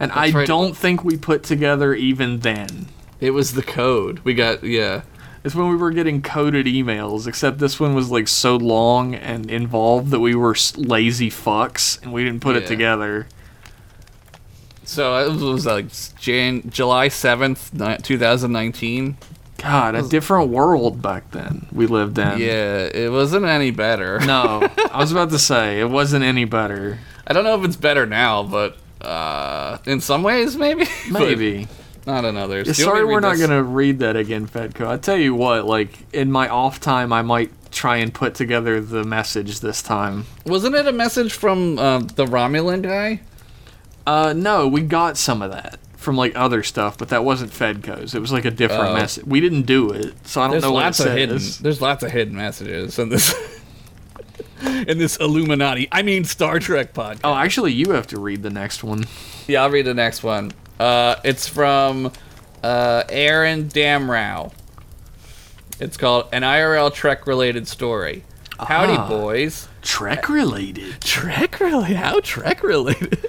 and I
right.
don't think we put together even then.
It was the code. We got, yeah.
It's when we were getting coded emails, except this one was like so long and involved that we were s- lazy fucks and we didn't put
Yeah.
it together.
So it was, was like Jan- July 7th, ni- 2019.
God, a different world back then we lived in.
Yeah, it wasn't any better.
No, I was about to say it wasn't any better.
I don't know if it's better now, but uh, in some ways, maybe. But
Maybe.
Not in others. Do you want me
Sorry,
to read
we're not
this?
gonna read that again, Fedco. I tell you what, like in my off time, I might try and put together the message this time.
Wasn't it a message from uh, the Romulan guy?
Uh, no, we got some of that from like other stuff, but that wasn't Fedco's. It was like a different
Oh.
message. We didn't do it, so I don't
There's
know
lots
what
of
it
hidden.
says.
There's lots of hidden messages in this. in this Illuminati, I mean Star Trek podcast.
Oh, actually, you have to read the next one.
Yeah, I'll read the next one. Uh, it's from uh, Aaron Damrow. It's called An IRL Trek Related Story. Howdy,
Ah.
boys.
Trek related.
Trek related? How Trek related?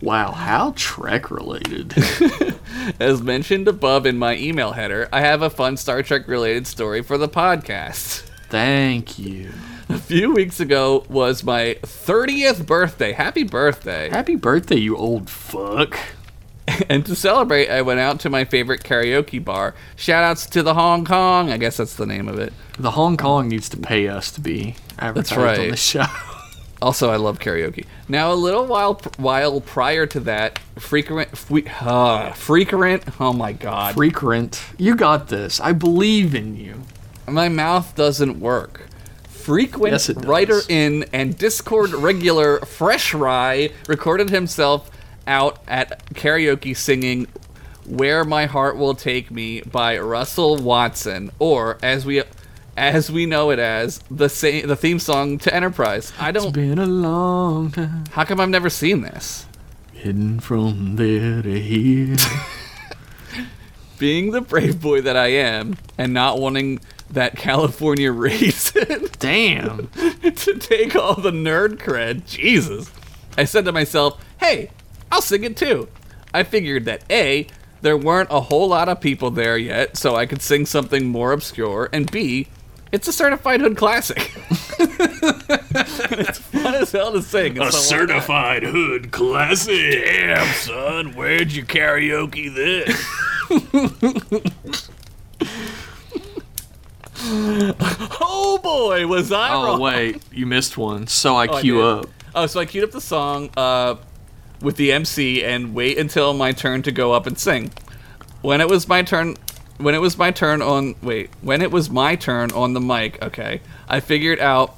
Wow, how Trek related.
As mentioned above in my email header, I have a fun Star Trek related story for the podcast.
Thank you.
A few weeks ago was my 30th birthday. Happy birthday.
Happy birthday, you old fuck.
and to celebrate, I went out to my favorite karaoke bar. Shoutouts to the Hong Kong. I guess that's the name of it.
The Hong Kong needs to pay us to be advertised on
right.
the show.
Also, I love karaoke. Now, a little while while prior to that, frequent, fre- uh, frequent. Oh my god,
Frequent. You got this. I believe in you.
my mouth doesn't work. Frequent
Yes, it does.
writer in and Discord regular Fresh Rye recorded himself out at karaoke singing "Where My Heart Will Take Me" by Russell Watson, or as we as we know it as the sa- the theme song to Enterprise. I
It's
don't.
been a long time.
How come I've never seen this?
Hidden from there to here.
being the brave boy that I am and not wanting that California raisin
Damn.
to take all the nerd cred, Jesus, I said to myself, hey, I'll sing it too. I figured that A, there weren't a whole lot of people there yet, so I could sing something more obscure, and B, it's a certified hood classic. And it's fun as hell to sing. and so on.
certified hood classic. Damn, son, where'd you karaoke this?
oh boy, was I
Oh,
wrong.
wait. You missed one. So I
Oh, I
queue
did.
up.
Oh, so I queued up the song uh, with the MC and wait until my turn to go up and sing. When it was my turn, when it was my turn on wait when it was my turn on the mic okay i figured out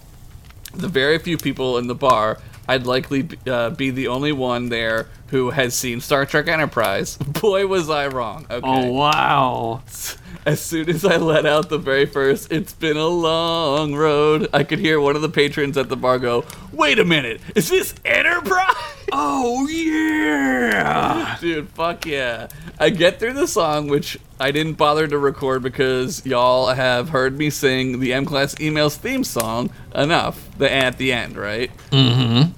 the very few people in the bar i'd likely be, uh, be the only one there who has seen star trek enterprise boy was i wrong okay
Oh wow!
as soon as i let out the very first it's been a long road i could hear one of the patrons at the bar go wait a minute is this enterprise
Oh yeah!
Dude, fuck yeah. I get through the song, which I didn't bother to record because y'all have heard me sing the M Class Emails theme song enough the, at the end, right? Mm hmm.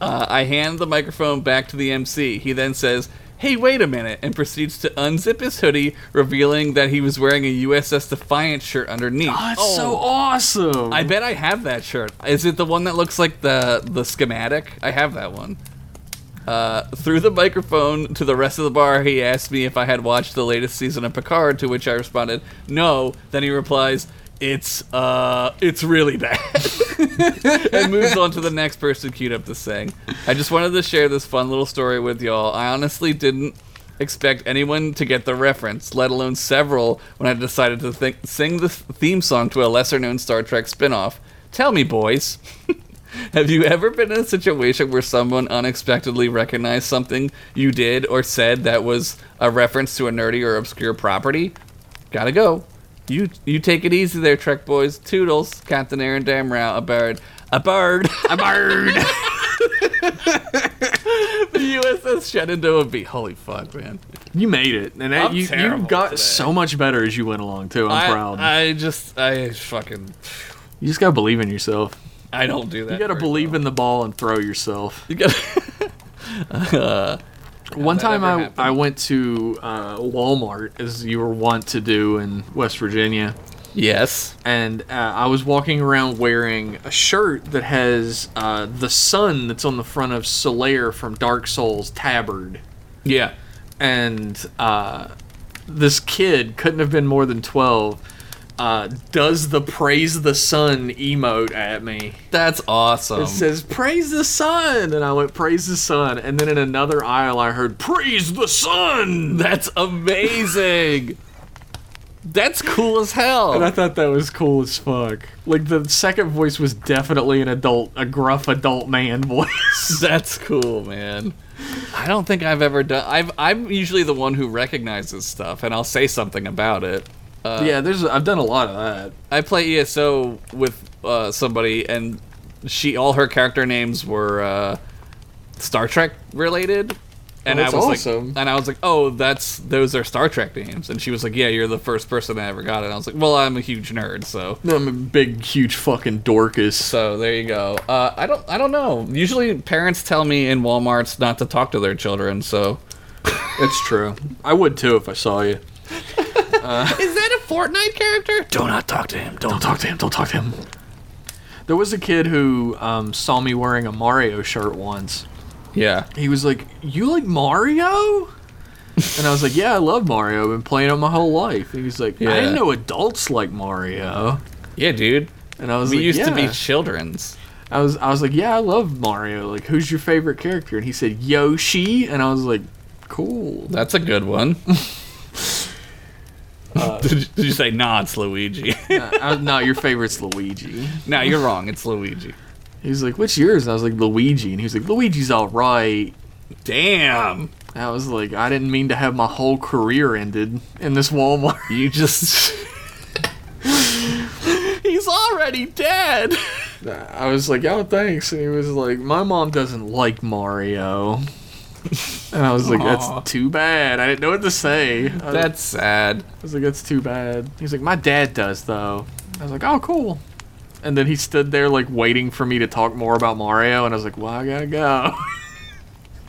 Uh, I hand the microphone back to the MC. He then says, Hey, wait a minute, and proceeds to unzip his hoodie, revealing that he was wearing a USS Defiant shirt underneath.
Oh, that's so awesome!
I bet I have that shirt. Is it the one that looks like the the schematic? I have that one. Uh, through the microphone to the rest of the bar, he asked me if I had watched the latest season of Picard. To which I responded, "No." Then he replies, "It's uh, it's really bad," and moves on to the next person queued up to sing. I just wanted to share this fun little story with y'all. I honestly didn't expect anyone to get the reference, let alone several, when I decided to think, sing the theme song to a lesser known Star Trek spin off. Tell me, boys, have you ever been in a situation where someone unexpectedly recognized something you did or said that was a reference to a nerdy or obscure property? Gotta go. You you take it easy there, Trek boys. Toodles, Captain Aaron Damrow, a bird. A bird!
a bird.
the USS Shenandoah B. Holy fuck, man.
you made it, and that,
I'm
you you
terrible
got
today.
so much better as you went along too. I'm
I-
proud.
I just, I fucking,
you just gotta believe in yourself.
I don't do that.
You gotta
very
believe
well.
in the ball and throw yourself.
You gotta.
One
that
time I,
ever happened.
I went to uh, Walmart, as you were wont to do in West Virginia,
yes.
and uh, I was walking around wearing a shirt that has uh, the sun that's on the front of Solaire from Dark Souls tabard.
Yeah.
And uh, this kid couldn't have been more than 12. Uh, does the praise the sun emote at me?
That's awesome.
It says praise the sun, and I went praise the sun, and then in another aisle I heard praise the sun.
That's amazing. That's cool as
And I
hell.
thought that was cool as fuck. Like the second voice was definitely an adult, a gruff adult man voice.
That's cool, man. I don't think I've ever done. I've I'm usually the one who recognizes stuff, and I'll say something about it.
yeah, there's I've done a lot of that.
I play ESO with uh, somebody, and she all her character names were uh, Star Trek related. And
that's
I was
awesome.
like, and I was like, oh, that's those are Star Trek names. And she was like, yeah, you're the first person I ever got. And I was like, well, I'm a huge nerd, so
I'm a big, huge fucking Dorcas.
so there you go. Uh, I don't I don't know. Usually parents tell me in Walmart's not to talk to their children. So
That's true. I would too if I saw you.
is that a Fortnite character?
Do not talk to him. Don't talk to him. Don't talk to him. There was a kid who um, saw me wearing a Mario shirt once.
Yeah.
he was like, "You like Mario?" And I was like, "Yeah, I love Mario. I've been playing it my whole life." And he's like, "I
Yeah.
didn't know adults like Mario."
Yeah, dude.
And I was
We
like,
used
yeah.
to be children's.
I was I was like, "Yeah, I love Mario. Like, who's your favorite character?" And he said, "Yoshi." And I was like, "Cool."
That's a good one.
Uh,
did, you, did you say nah? It's Luigi.
I- Uh, I was- no, your favorite's Luigi.
no, you're wrong. It's Luigi.
He was like, "What's yours?" And I was like, "Luigi." And he was like, "Luigi's all right."
Damn,
And I was like, "I didn't mean to have my whole career ended in this Walmart."
you just. He's already dead.
I was like, oh, thanks. And he was like, my mom doesn't like Mario. And I was like,
Aw.
that's too bad. I didn't know what to say. I was-
That's sad.
I was like, that's too bad. He's like, my dad does, though. I was like, oh, cool. And then he stood there, like, waiting for me to talk more about Mario. And I was like, well, I gotta go.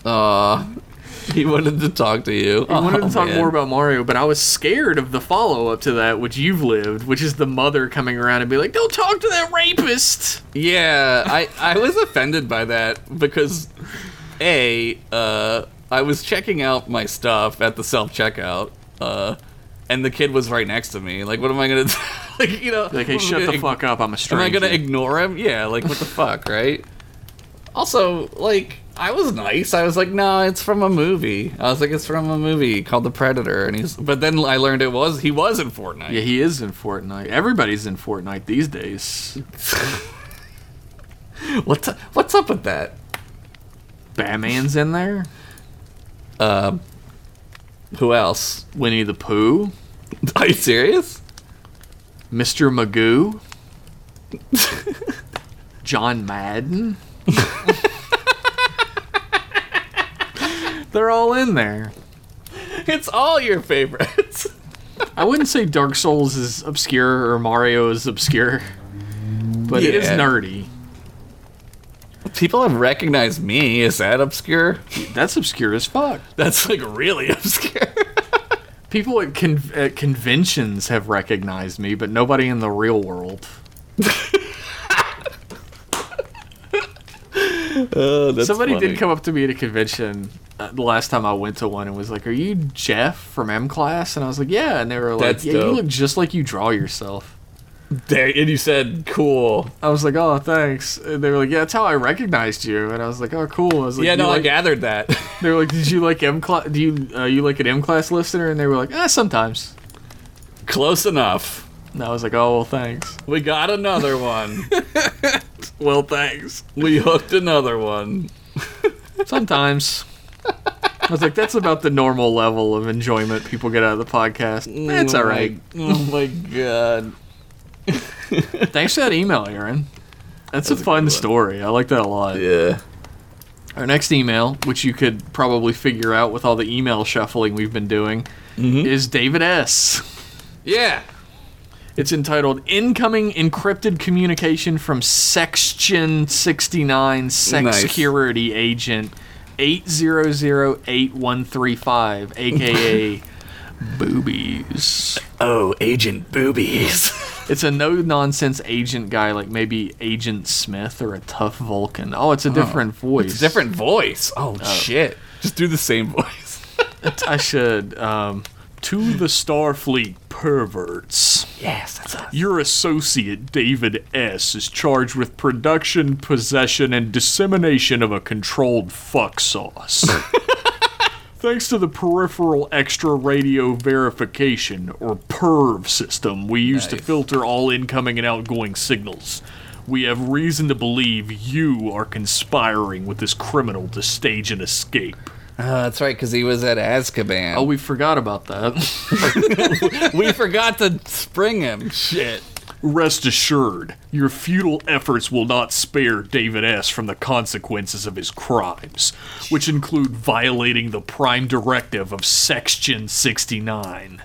Aw. He wanted to talk to you. Oh,
I wanted to talk more about Mario, but I was scared of the follow up to that, which you've lived, which is the mother coming around and be like, don't talk to that rapist.
Yeah, I, I was offended by that because A, uh, I was checking out my stuff at the self checkout, uh, and the kid was right next to me. Like, what am I gonna like? You know,
Like, hey,
what am I
shut
gonna
the
ig-
fuck up. I'm a
Am
stranger.
I gonna ignore him? Yeah, like what the fuck, right? Also, like, I was nice. I was like, no, it's from a movie. I was like, it's from a movie called The Predator, and he's. But then I learned it was he was in Fortnite.
Yeah, he is in Fortnite. Everybody's in Fortnite these days.
What's what's up with that?
Batman's in there.
Uh, Who else?
Winnie the Pooh.
Are you serious?
Mr. Magoo. John Madden. They're all in there.
It's all your favorites.
I wouldn't say Dark Souls is obscure or Mario is obscure, but it is
Yeah.
nerdy.
People have recognized me. Is that obscure?
That's obscure as fuck.
That's like really obscure.
People at, con- at conventions have recognized me, but nobody in the real world. Somebody did come up to me at a convention uh, the last time I went to one and was like, "Are you Jeff from M Class?" And I was like, "Yeah." And they were like,
That's
"Yeah, you
dope.
look just like you draw yourself."
there, and you said, "Cool."
I was like, "Oh, thanks." And they were like, "Yeah, that's how I recognized you." And I was like, "Oh, cool." I was like,
yeah,
"You
no, I
like,
gathered that.
They were like, "Did you like M Class? Do you uh, you like an M Class listener?" And they were like, "Ah, sometimes."
Close enough.
And I was like, "Oh, well, thanks."
We got another one.
Well, thanks.
we hooked another one.
Sometimes. I was like, that's about the normal level of enjoyment people get out of the podcast. It's all right.
Oh my god.
Thanks for that email, Aaron. That's, a fun story. I like that a lot.
Yeah.
Our next email, which you could probably figure out with all the email shuffling we've been doing,
Mm-hmm.
is David S.
Yeah.
It's entitled Incoming Encrypted Communication from Section 69 Sex
Nice.
Security Agent 8008135, aka Boobies.
Oh, Agent Boobies.
It's a no nonsense agent guy, like maybe Agent Smith or a tough Vulcan. Oh, it's a different voice.
It's a different voice. Oh, shit. Just do the same voice.
I should. Um, to the Starfleet perverts.
yes, that's us.
Your associate, David S., is charged with production, possession, and dissemination of a controlled fuck sauce. Thanks to the peripheral extra radio verification, or PERV system, we use to
Nice.
filter all incoming and outgoing signals. We have reason to believe you are conspiring with this criminal to stage an escape.
Oh, that's right, because he was at Azkaban.
Oh, we forgot about that.
Oh, we forgot to spring him. Shit.
Rest assured, your futile efforts will not spare David S. from the consequences of his crimes, which include violating the prime directive of Section 69.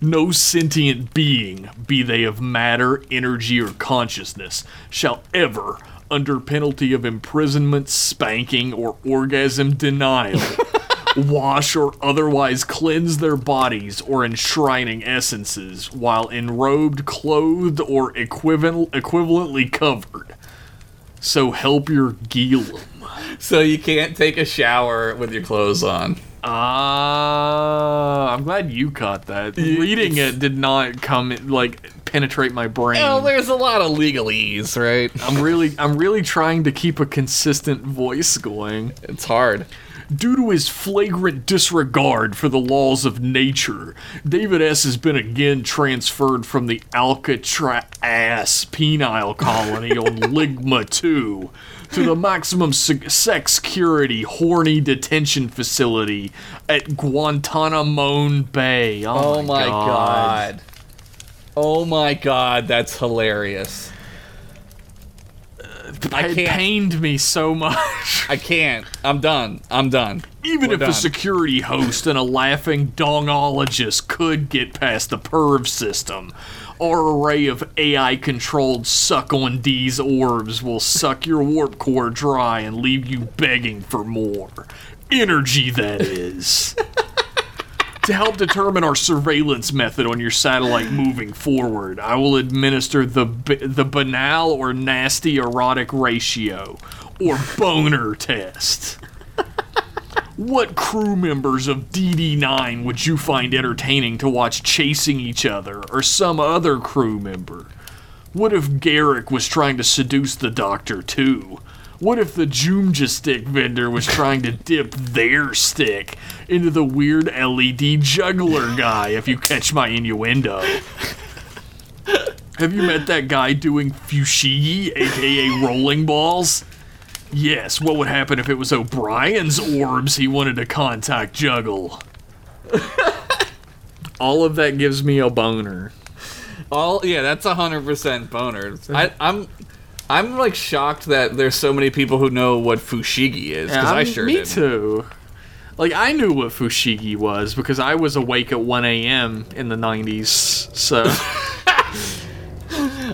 No sentient being, be they of matter, energy, or consciousness, shall ever, under penalty of imprisonment, spanking, or orgasm denial, wash or otherwise cleanse their bodies or enshrining essences while enrobed, clothed, or equivalent, equivalently covered. So help your Gilum.
So you can't take a shower with your clothes on.
Ah, I'm glad you caught that. Reading it did not come like penetrate my brain.
Oh, there's a lot of legalese, right?
I'm really, I'm really trying to keep a consistent voice going.
It's hard.
Due to his flagrant disregard for the laws of nature, David S. has been again transferred from the Alcatraz penile colony on Ligma 2 to the maximum se- sex security horny detention facility at Guantanamo Bay. Oh,
Oh my god. Oh my god, that's hilarious. I
It
can't.
pained me so much.
I can't. I'm done. I'm done.
Even
We're
if
done.
a security host and a laughing dongologist could get past the perv system, our array of AI controlled suck on D's orbs will suck your warp core dry and leave you begging for more. Energy, that is. to help determine our surveillance method on your satellite moving forward, I will administer the b- the banal or nasty erotic ratio or boner test. What crew members of DD9 would you find entertaining to watch chasing each other or some other crew member? What if Garrick was trying to seduce the doctor too? What if the Joomja stick vendor was trying to dip their stick into the weird LED juggler guy, if you catch my innuendo? Have you met that guy doing fushigi, aka rolling balls? Yes, what would happen if it was O'Brien's orbs he wanted to contact juggle? All of that gives me a boner.
All yeah, that's a hundred percent boner. I, I'm, I'm like shocked that there's so many people who know what fushigi is because I
I'm-
sure
me
didn't.
too. Like I knew what fushigi was because I was awake at 1 a.m. in the 90s. So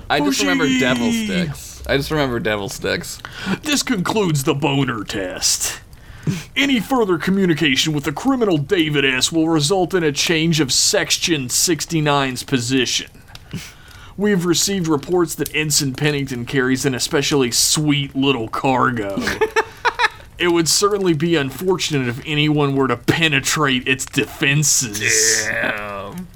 I just remember
Fushigi!
devil sticks. I just remember devil sticks.
this concludes the boner test. Any further communication with the criminal David S. will result in a change of Section 69's position. We've received reports that Ensign Pennington carries an especially sweet little cargo. it would certainly be unfortunate if anyone were to penetrate its defenses.
Damn.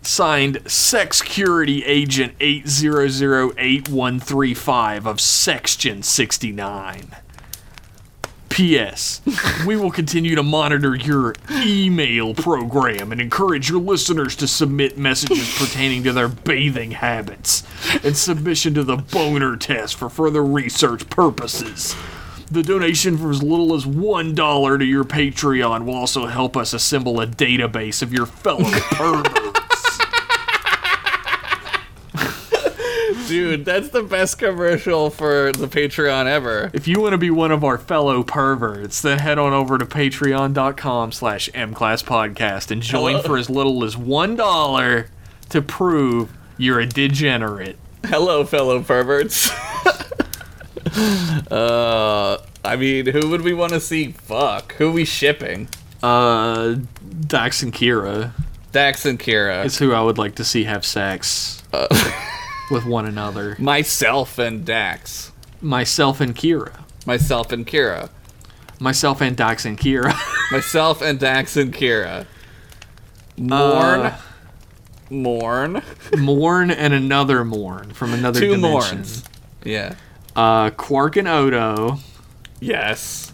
Signed Security Agent 8008135 of Section 69. P.S. We will continue to monitor your email program and encourage your listeners to submit messages pertaining to their bathing habits and submission to the boner test for further research purposes. The donation for as little as $1 to your Patreon will also help us assemble a database of your fellow perverts.
Dude, that's the best commercial for the Patreon ever.
If you want to be one of our fellow perverts, then head on over to patreon.com slash mclasspodcast and join for as little as $1 to prove you're a degenerate.
Hello, fellow perverts. uh, I mean, who would we want to see? Fuck, who we shipping?
Uh, Dax and Kira
Dax and Kira,
is who I would like to see have sex
Uh.
with one another.
myself and Dax,
Myself and Kira.
myself and Kira,
Myself and Dax and Kira.
myself and Dax and Kira. Mourn,
Uh,
mourn,
Morn and another Morn from another
two
dimension.
mourns. Yeah.
Uh, Quark and Odo.
Yes.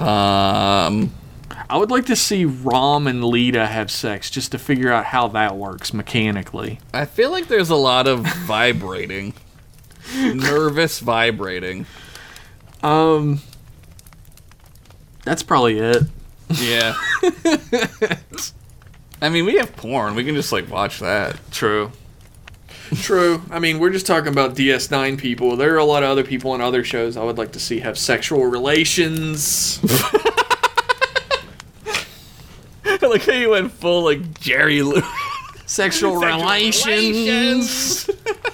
Um.
I would like to see Rom and Lita have sex just to figure out how that works mechanically.
I feel like there's a lot of vibrating. Nervous vibrating.
Um, that's probably it.
Yeah. I mean, we have porn. We can just like watch that.
True. True. I mean, we're just talking about DS9 people. There are a lot of other people on other shows I would like to see have sexual relations.
like how you went full like Jerry Lewis.
sexual relations.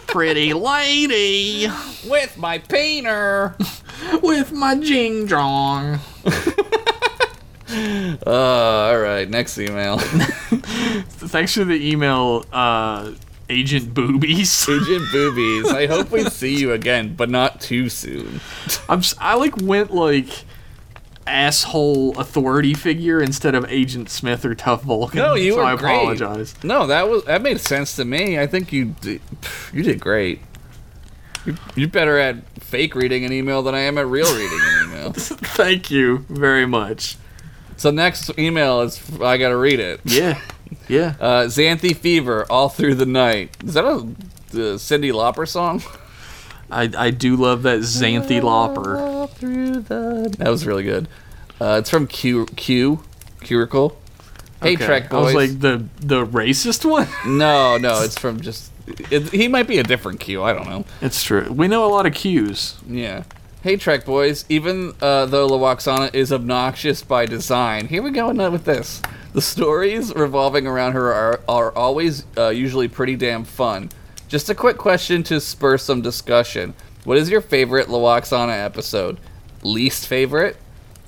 Pretty lady
With my painter.
with my jing jong.
Uh, all right, next email.
Thanks for the email, uh, Agent Boobies.
Agent Boobies. I hope we see you again, but not too soon.
I'm s- I like went like asshole authority figure instead of Agent Smith or Tough Vulcan.
No, you
so
were
I
great.
apologize.
No, that was that made sense to me. I think you did, you did great. You're, you're better at fake reading an email than I am at real reading an email.
Thank you very much.
so next email is I gotta read it.
Yeah, yeah.
Uh, Xanthi Fever, all through the night. Is that a uh, Cindy Lauper song?
I I do love that Xanthi Lopper.
All through the. That was really good. Uh, it's from Q Q Curicle. Hey,
Okay.
Trek
I was
boys.
like the the racist one.
no, no, it's from just. It, he might be a different Q. I don't know.
it's true. We know a lot of cues.
Yeah. Hey, Trek boys. Even uh, though Lawaxana is obnoxious by design, here we go and with this. The stories revolving around her are, are always uh, usually pretty damn fun. Just a quick question to spur some discussion. What is your favorite Lawaxana episode? Least favorite?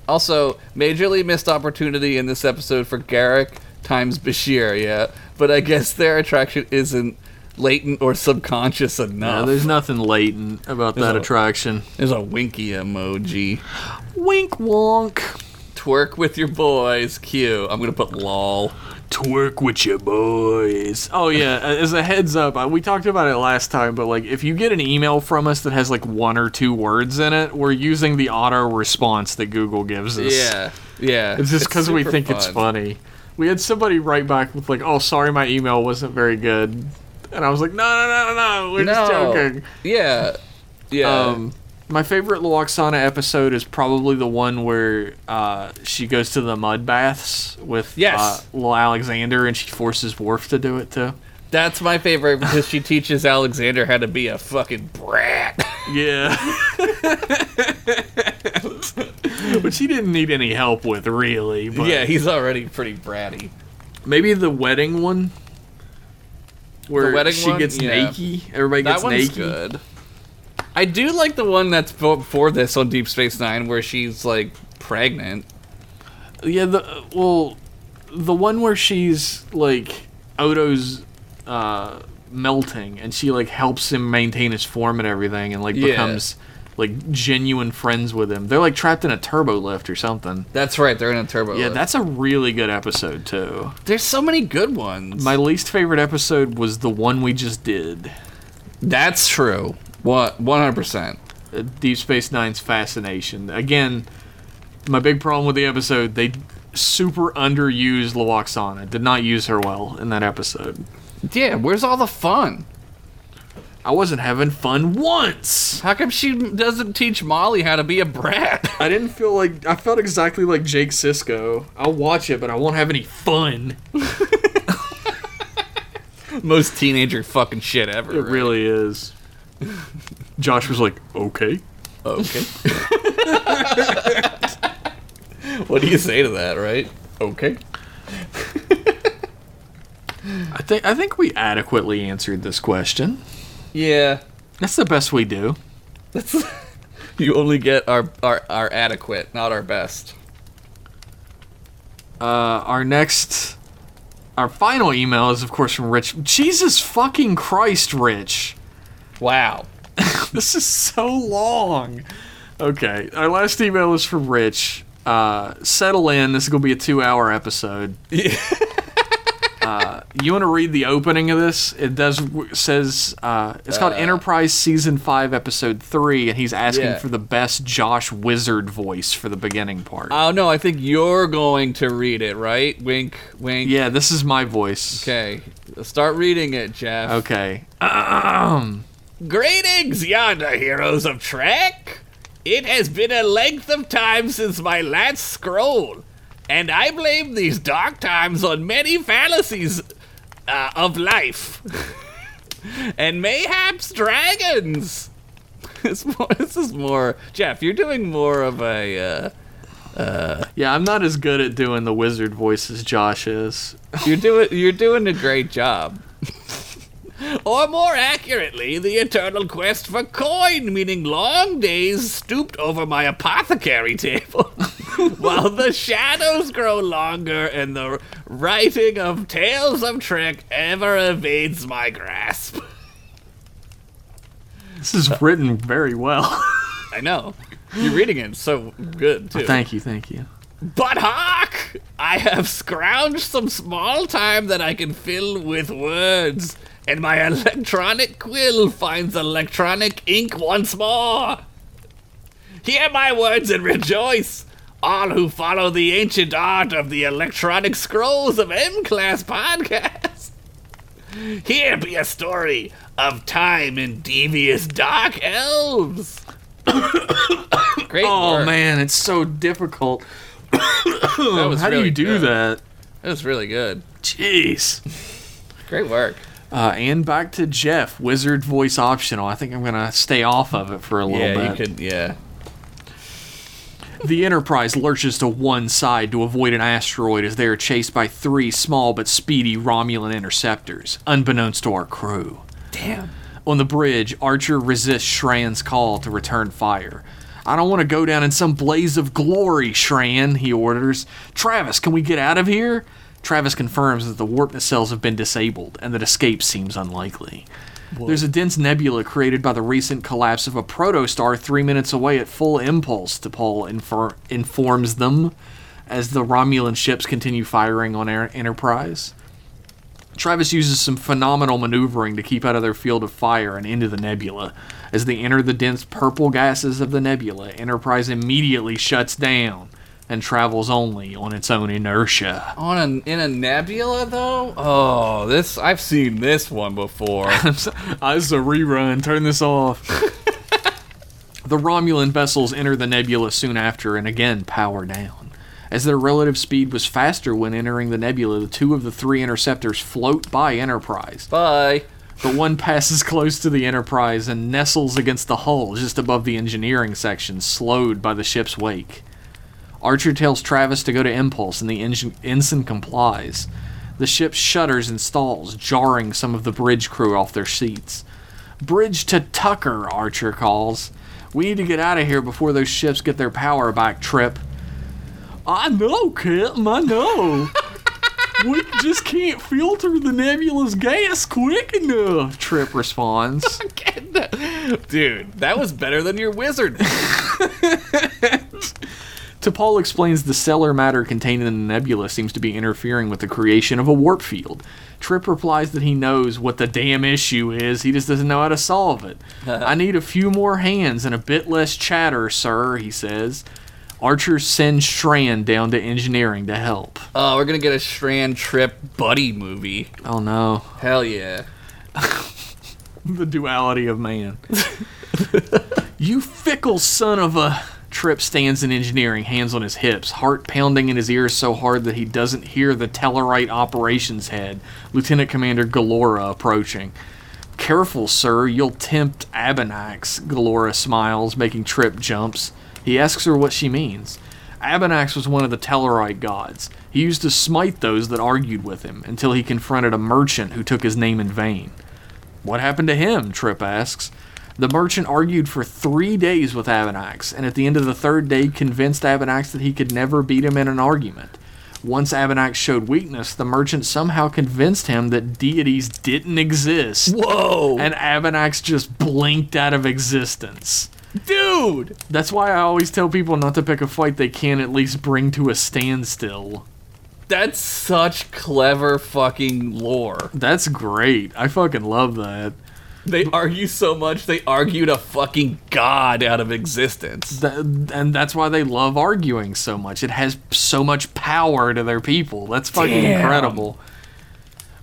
Also, majorly missed opportunity in this episode for Garrick times Bashir, yeah. But I guess their attraction isn't latent or subconscious
Yeah,
enough.
Uh, there's nothing latent about that
a-
attraction.
There's a winky emoji.
Wink wonk.
Twerk with your boys, Q. I'm gonna put lol.
Twerk with your boys.
Oh yeah, as a heads up, uh, we talked about it last time, but like if you get an email from us that has like one or two words in it, we're using the auto response that Google gives us.
Yeah, yeah.
It's just because we
super
think it's funny. We had somebody write back with like, "Oh, sorry, my email wasn't very good," and I was like, "No, no, no, no, no, we're just joking."
Yeah, yeah.
Um, my favorite Luoxana episode is probably the one where uh, she goes to the mud baths with
Yes.
uh, Lil Alexander, and she forces Worf to do it too.
That's my favorite because she teaches Alexander how to be a fucking brat.
Yeah. Which he didn't need any help with, really. But
yeah, he's already pretty bratty.
maybe the wedding one, where
wedding
she
one?
gets
Yeah.
naked. Everybody
That
gets
one's
naked.
good. I do like the one that's bo- before this on Deep Space Nine where she's like pregnant.
Yeah, the well, the one where she's like Odo's uh, melting, and she like helps him maintain his form and everything, and like
Yeah.
becomes like genuine friends with him. They're like trapped in a turbo lift or something.
That's right, they're in a turbo.
Yeah,
lift.
that's a really good episode too.
there's so many good ones.
My least favorite episode was the one we just did.
that's true. What? One hundred percent.
uh, Deep Space Nine's fascination. Again, my big problem with the episode, they super underused Lawaksana. Did not use her well in that episode.
Yeah, where's all the fun?
I wasn't having fun once.
How come she doesn't teach Molly how to be a brat?
I didn't feel like I felt exactly like Jake Sisko. I'll watch it, but I won't have any fun.
Most teenager fucking shit ever.
It
right?
really is. Josh was like, "Okay."
Okay. what do you say to that, right? Okay.
I think I think we adequately answered this question.
Yeah.
That's the best we do.
That's you only get our, our our adequate, not our best.
Uh, our next, our final email is of course from Rich. Jesus fucking Christ, Rich!
Wow.
This is so long. Okay, our last email is from Rich. Uh, settle in. This is gonna be a two-hour episode. uh, you want to read the opening of this? It does says uh, it's called Enterprise Season Five, Episode Three, and he's asking
Yeah.
for the best Josh Wizard voice for the beginning part.
Oh no, I think you're going to read it, right? Wink, wink.
yeah, this is my voice.
Okay. Start reading it, Jeff.
Okay.
Greetings, yonder heroes of Trek! It has been a length of time since my last scroll, and I blame these dark times on many fallacies uh, of life. and mayhaps dragons! It's more, this is more. Jeff, you're doing more of a. Uh,
Yeah, I'm not as good at doing the wizard voice as Josh is.
You're doing you're doing a great job. or more accurately, the eternal quest for coin, meaning long days stooped over my apothecary table, while the shadows grow longer and the writing of tales of Trek ever evades my grasp.
This is written very well.
I know. You're reading it so good too.
thank you, thank you.
But hark! I have scrounged some small time that I can fill with words, and my electronic quill finds electronic ink once more. Hear my words and rejoice, all who follow the ancient art of the electronic scrolls of M Class podcast. Here be a story of time and devious dark elves. Great
Oh man, it's so difficult.
that was
How do
really
you do
good.
that?
That was really good.
Jeez.
Great work.
Uh, and back to Jeff, wizard voice optional. I think I'm gonna stay off of it for a little bit.
could. Yeah.
The Enterprise lurches to one side to avoid an asteroid as they are chased by three small but speedy Romulan interceptors, unbeknownst to our crew.
Damn.
On the bridge, Archer resists Shran's call to return fire. I don't want to go down in some blaze of glory, Shran, he orders. Travis, can we get out of here? Travis confirms that the warp nacelles have been disabled and that escape seems unlikely. There's a dense nebula created by the recent collapse of a protostar three minutes away at full impulse, DePaul infer- informs them. as the Romulan ships continue firing on Air Enterprise. Travis uses some phenomenal maneuvering to keep out of their field of fire and into the nebula. As they enter the dense purple gases of the nebula, Enterprise immediately shuts down and travels only on its own inertia.
On an, in a nebula though. Oh, this I've seen this one before.
Ah, this is a rerun. Turn this off. the Romulan vessels enter the nebula soon after and again power down. As their relative speed was faster when entering the nebula, the two of the three interceptors float by Enterprise.
Bye.
The one passes close to the Enterprise and nestles against the hull just above the engineering section, slowed by the ship's wake. Archer tells Travis to go to impulse, and the engine, ensign complies. The ship shudders and stalls, jarring some of the bridge crew off their seats. Bridge to Tucker, Archer calls. We need to get out of here before those ships get their power back, Trip. I know, Captain, I know. we just can't filter the nebulous gas quick enough, Trip responds.
Dude, that was better than your wizard.
T'Pol explains the stellar matter contained in the nebula seems to be interfering with the creation of a warp field. Trip replies that he knows what the damn issue is, he just doesn't know how to solve it. I need a few more hands and a bit less chatter, sir, he says. Archer sends Strand down to engineering to help.
Oh, we're gonna get a Strand Trip buddy movie.
Oh no.
Hell yeah.
The duality of man. you fickle son of a. Trip stands in engineering, hands on his hips, heart pounding in his ears so hard that he doesn't hear the Tellarite operations head, Lieutenant Commander Galora, approaching. Careful, sir, you'll tempt Abanax, Galora smiles, making Trip jumps. He asks her what she means. Abanax was one of the Tellarite gods. He used to smite those that argued with him until he confronted a merchant who took his name in vain. What happened to him? Tripp asks. The merchant argued for three days with Abanax, and at the end of the third day, convinced Abanax that he could never beat him in an argument. Once Abanax showed weakness, the merchant somehow convinced him that deities didn't exist,
Whoa,
and Abanax just blinked out of existence.
dude.
That's why I always tell people not to pick a fight they can at least bring to a standstill.
That's such clever fucking lore.
That's great. I fucking love that.
They argue so much they argued a fucking god out of existence.
Th- and that's why they love arguing so much. It has so much power to their people. That's fucking
Damn.
incredible.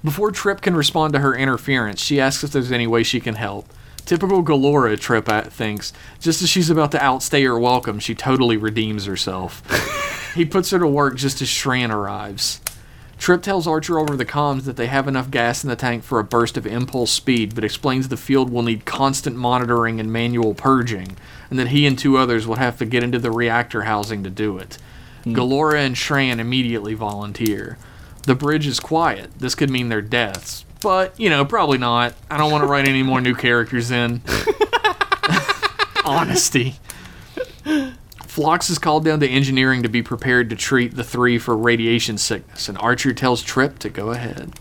Before Trip can respond to her interference, she asks if there's any way she can help. Typical Galora, Trip at, thinks. Just as she's about to outstay her welcome, she totally redeems herself. he puts her to work just as Shran arrives. Trip tells Archer over the comms that they have enough gas in the tank for a burst of impulse speed, but explains the field will need constant monitoring and manual purging, and that he and two others will have to get into the reactor housing to do it. Galora and Shran immediately volunteer. The bridge is quiet. This could mean their deaths, but, you know, probably not. I don't want to write any more new characters in. Honesty. Phlox is called down to engineering to be prepared to treat the three for radiation sickness, and Archer tells Trip to go ahead.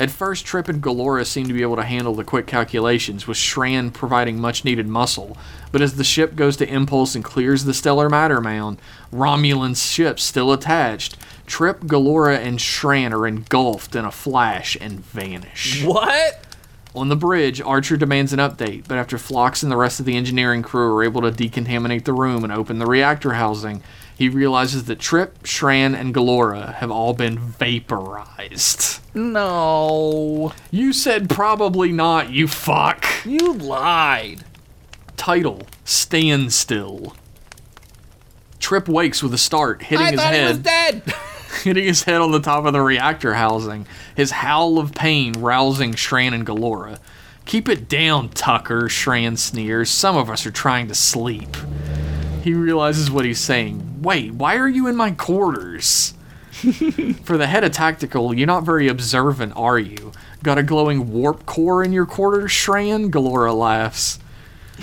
At first, Trip and Galora seem to be able to handle the quick calculations, with Shran providing much needed muscle. But as the ship goes to impulse and clears the stellar matter mound, Romulan's ship still attached, Trip, Galora, and Shran are engulfed in a flash and vanish.
What?
On the bridge, Archer demands an update, but after Phlox and the rest of the engineering crew are able to decontaminate the room and open the reactor housing, he realizes that Trip, Shran, and Galora have all been vaporized.
No.
You said probably not, you fuck.
You lied.
Title Standstill. Trip wakes with a start, hitting
I
his
thought
head.
he was dead.
hitting his head on the top of the reactor housing, his howl of pain rousing Shran and Galora. Keep it down, Tucker, Shran sneers. Some of us are trying to sleep. He realizes what he's saying. Wait, why are you in my quarters? For the head of tactical, you're not very observant, are you? Got a glowing warp core in your quarters, Shran? Galora laughs.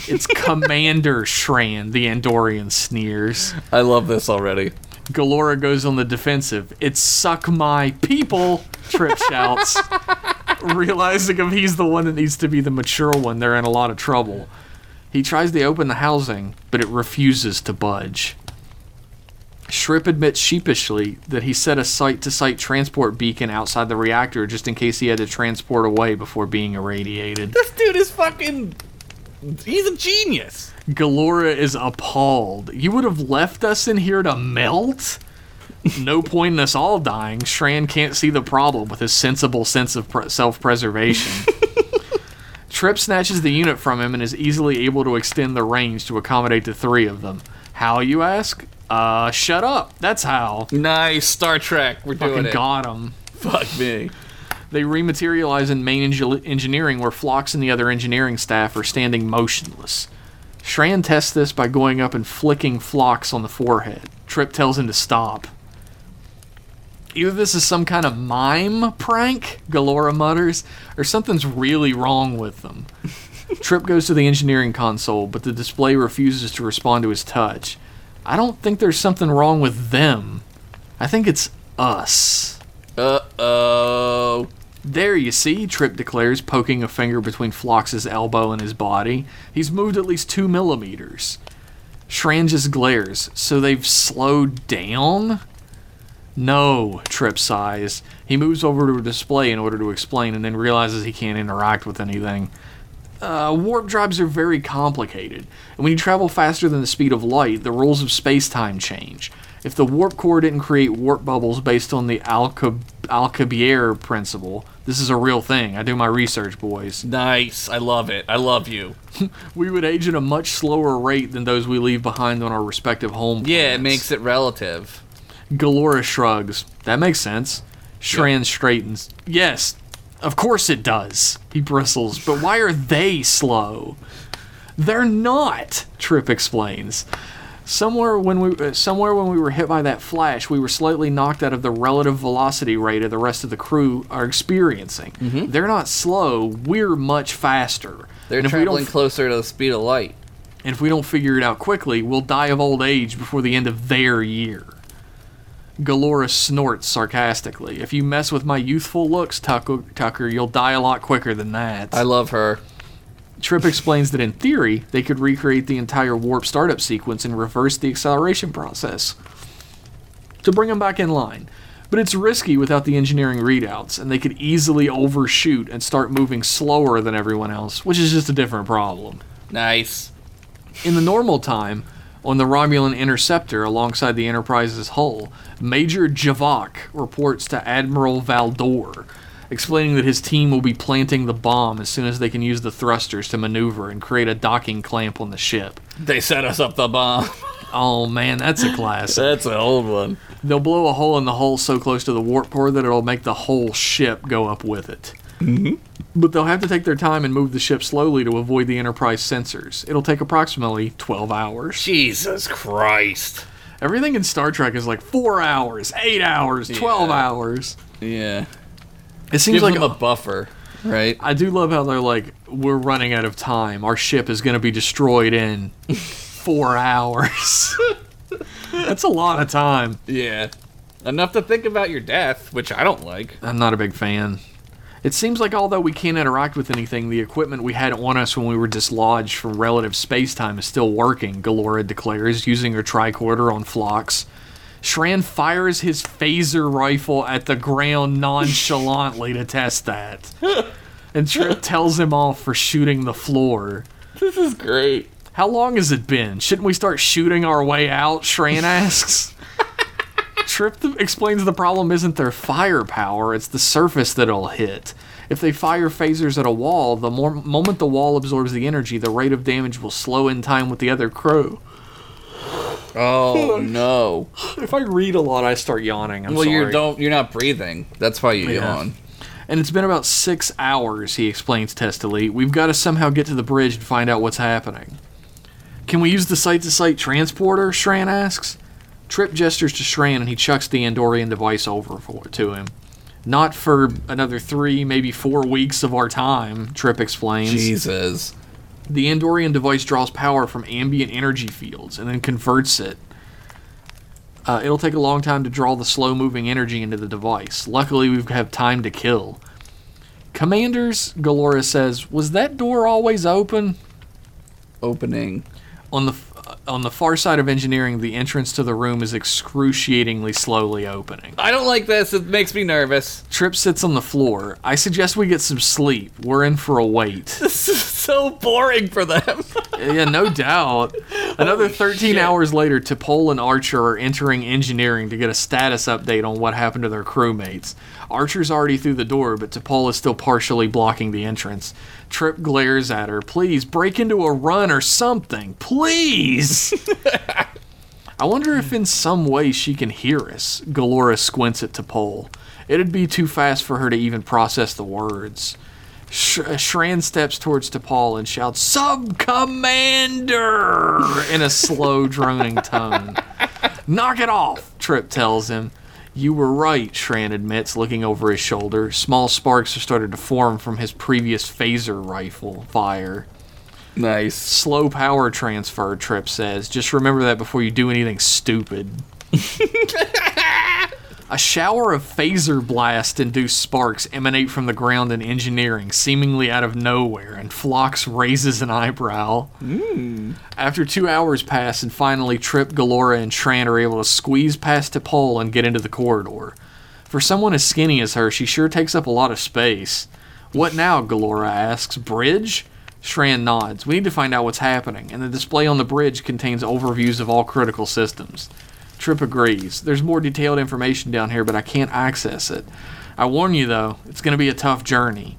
It's Commander Shran, the Andorian sneers.
I love this already.
Galora goes on the defensive. It's suck my people, Trip shouts. Realizing if he's the one that needs to be the mature one, they're in a lot of trouble. He tries to open the housing, but it refuses to budge. Shripp admits sheepishly that he set a site to site transport beacon outside the reactor just in case he had to transport away before being irradiated.
This dude is fucking. He's a genius.
Galora is appalled. You would have left us in here to melt? No point in us all dying. Shran can't see the problem with his sensible sense of pre- self preservation. Trip snatches the unit from him and is easily able to extend the range to accommodate the three of them. How, you ask? Uh, shut up. That's how.
Nice Star Trek. We're doing
Fucking
it.
got him.
Fuck me.
They rematerialize in main eng- engineering, where Phlox and the other engineering staff are standing motionless. Shran tests this by going up and flicking Phlox on the forehead. Trip tells him to stop. Either this is some kind of mime prank, Galora mutters, or something's really wrong with them. Trip goes to the engineering console, but the display refuses to respond to his touch. I don't think there's something wrong with them. I think it's us.
Uh oh.
There you see, Tripp declares, poking a finger between Phlox's elbow and his body. He's moved at least two millimeters. Shran just glares. So they've slowed down? No, Tripp sighs. He moves over to a display in order to explain and then realizes he can't interact with anything. Uh, warp drives are very complicated, and when you travel faster than the speed of light, the rules of space time change. If the warp core didn't create warp bubbles based on the Alcab- Alcubierre principle, this is a real thing. I do my research, boys.
Nice. I love it. I love you.
We would age at a much slower rate than those we leave behind on our respective home.
Yeah, it
planets.
makes it relative.
Galora shrugs. That makes sense. Shran straightens. Yes, of course it does. He bristles. But why are they slow? They're not. Trip explains. Somewhere when we uh, somewhere when we were hit by that flash, we were slightly knocked out of the relative velocity rate of the rest of the crew are experiencing. They're not slow. We're much faster.
Mm-hmm. They're
And if we don't
traveling
f-
closer to the speed of light.
and if we don't figure it out quickly, we'll die of old age before the end of their year. Galora snorts sarcastically. If you mess with my youthful looks, Tucker, Tucker you'll die a lot quicker than that.
I love her.
Trip explains that in theory, they could recreate the entire warp startup sequence and reverse the acceleration process to bring them back in line. But it's risky without the engineering readouts, and they could easily overshoot and start moving slower than everyone else, which is just a different problem.
Nice.
In the normal time, on the Romulan interceptor alongside the Enterprise's hull, Major Javak reports to Admiral Valdor, explaining that his team will be planting the bomb as soon as they can use the thrusters to maneuver and create a docking clamp on the ship.
They set us up the bomb.
Oh man, that's a classic.
That's an old one.
They'll blow a hole in the hull so close to the warp core that it'll make the whole ship go up with it. Mm-hmm. But they'll have to take their time and move the ship slowly to avoid the Enterprise sensors. It'll take approximately 12 hours.
Jesus Christ.
Everything in Star Trek is like four hours, eight hours, twelve
Yeah.
hours.
Yeah.
It seems
Give
like
them a buffer, right?
I do love how they're like, we're running out of time. Our ship is going to be destroyed in four hours. That's a lot of time.
Yeah. Enough to think about your death, which I don't like.
I'm not a big fan. It seems like although we can't interact with anything, the equipment we had on us when we were dislodged from relative space-time is still working, Galora declares, using her tricorder on Phlox. Shran fires his phaser rifle at the ground nonchalantly to test that. And Trip tells him off for shooting the floor.
This is great.
How long has it been? Shouldn't we start shooting our way out? Shran asks. Trip th- explains the problem isn't their firepower, it's the surface that it'll hit. If they fire phasers at a wall, the more- moment the wall absorbs the energy, the rate of damage will slow in time with the other crew.
Oh no.
If I read a lot, I start yawning. I'm
Well, you
sorry.
don't. You're not breathing. That's why you
Yeah.
yawn.
And it's been about six hours, he explains testily. We've got to somehow get to the bridge and find out what's happening. Can we use the site to site transporter? Shran asks. Trip gestures to Shran and he chucks the Andorian device over for, to him. Not for another three, maybe four weeks of our time, Trip explains.
Jesus.
The Andorian device draws power from ambient energy fields and then converts it. Uh, it'll take a long time to draw the slow moving energy into the device. Luckily, we have time to kill. Commanders, Galora says, was that door always open?
Opening.
On the f- uh, on the far side of engineering, the entrance to the room is excruciatingly slowly opening.
I don't like this. It makes me nervous.
Trip sits on the floor. I suggest we get some sleep. We're in for a wait.
This is so boring for them.
yeah, no doubt. Another 13 hours later, Tipol and Archer are entering engineering to get a status update on what happened to their crewmates. Archer's already through the door, but Tipol is still partially blocking the entrance. Trip glares at her. Please break into a run or something. Please. I wonder if in some way she can hear us. Galora squints at T'Pol. It'd be too fast for her to even process the words. Sh- uh, Shran steps towards T'Pol and shouts, Sub Commander! in a slow, droning tone. Knock it off, Trip tells him. You were right, Shran admits, looking over his shoulder. Small sparks are started to form from his previous phaser rifle fire.
Nice.
Slow power transfer, Trip says. Just remember that before you do anything stupid. A shower of phaser blast induced sparks emanate from the ground in engineering, seemingly out of nowhere, and Phlox raises an eyebrow. After two hours pass, and finally Trip, Galora, and Tran are able to squeeze past T'Pol and get into the corridor. For someone as skinny as her, she sure takes up a lot of space. What now? Galora asks. Bridge? Shran nods. We need to find out what's happening, and the display on the bridge contains overviews of all critical systems. Trip agrees. There's more detailed information down here, but I can't access it. I warn you, though, it's going to be a tough journey.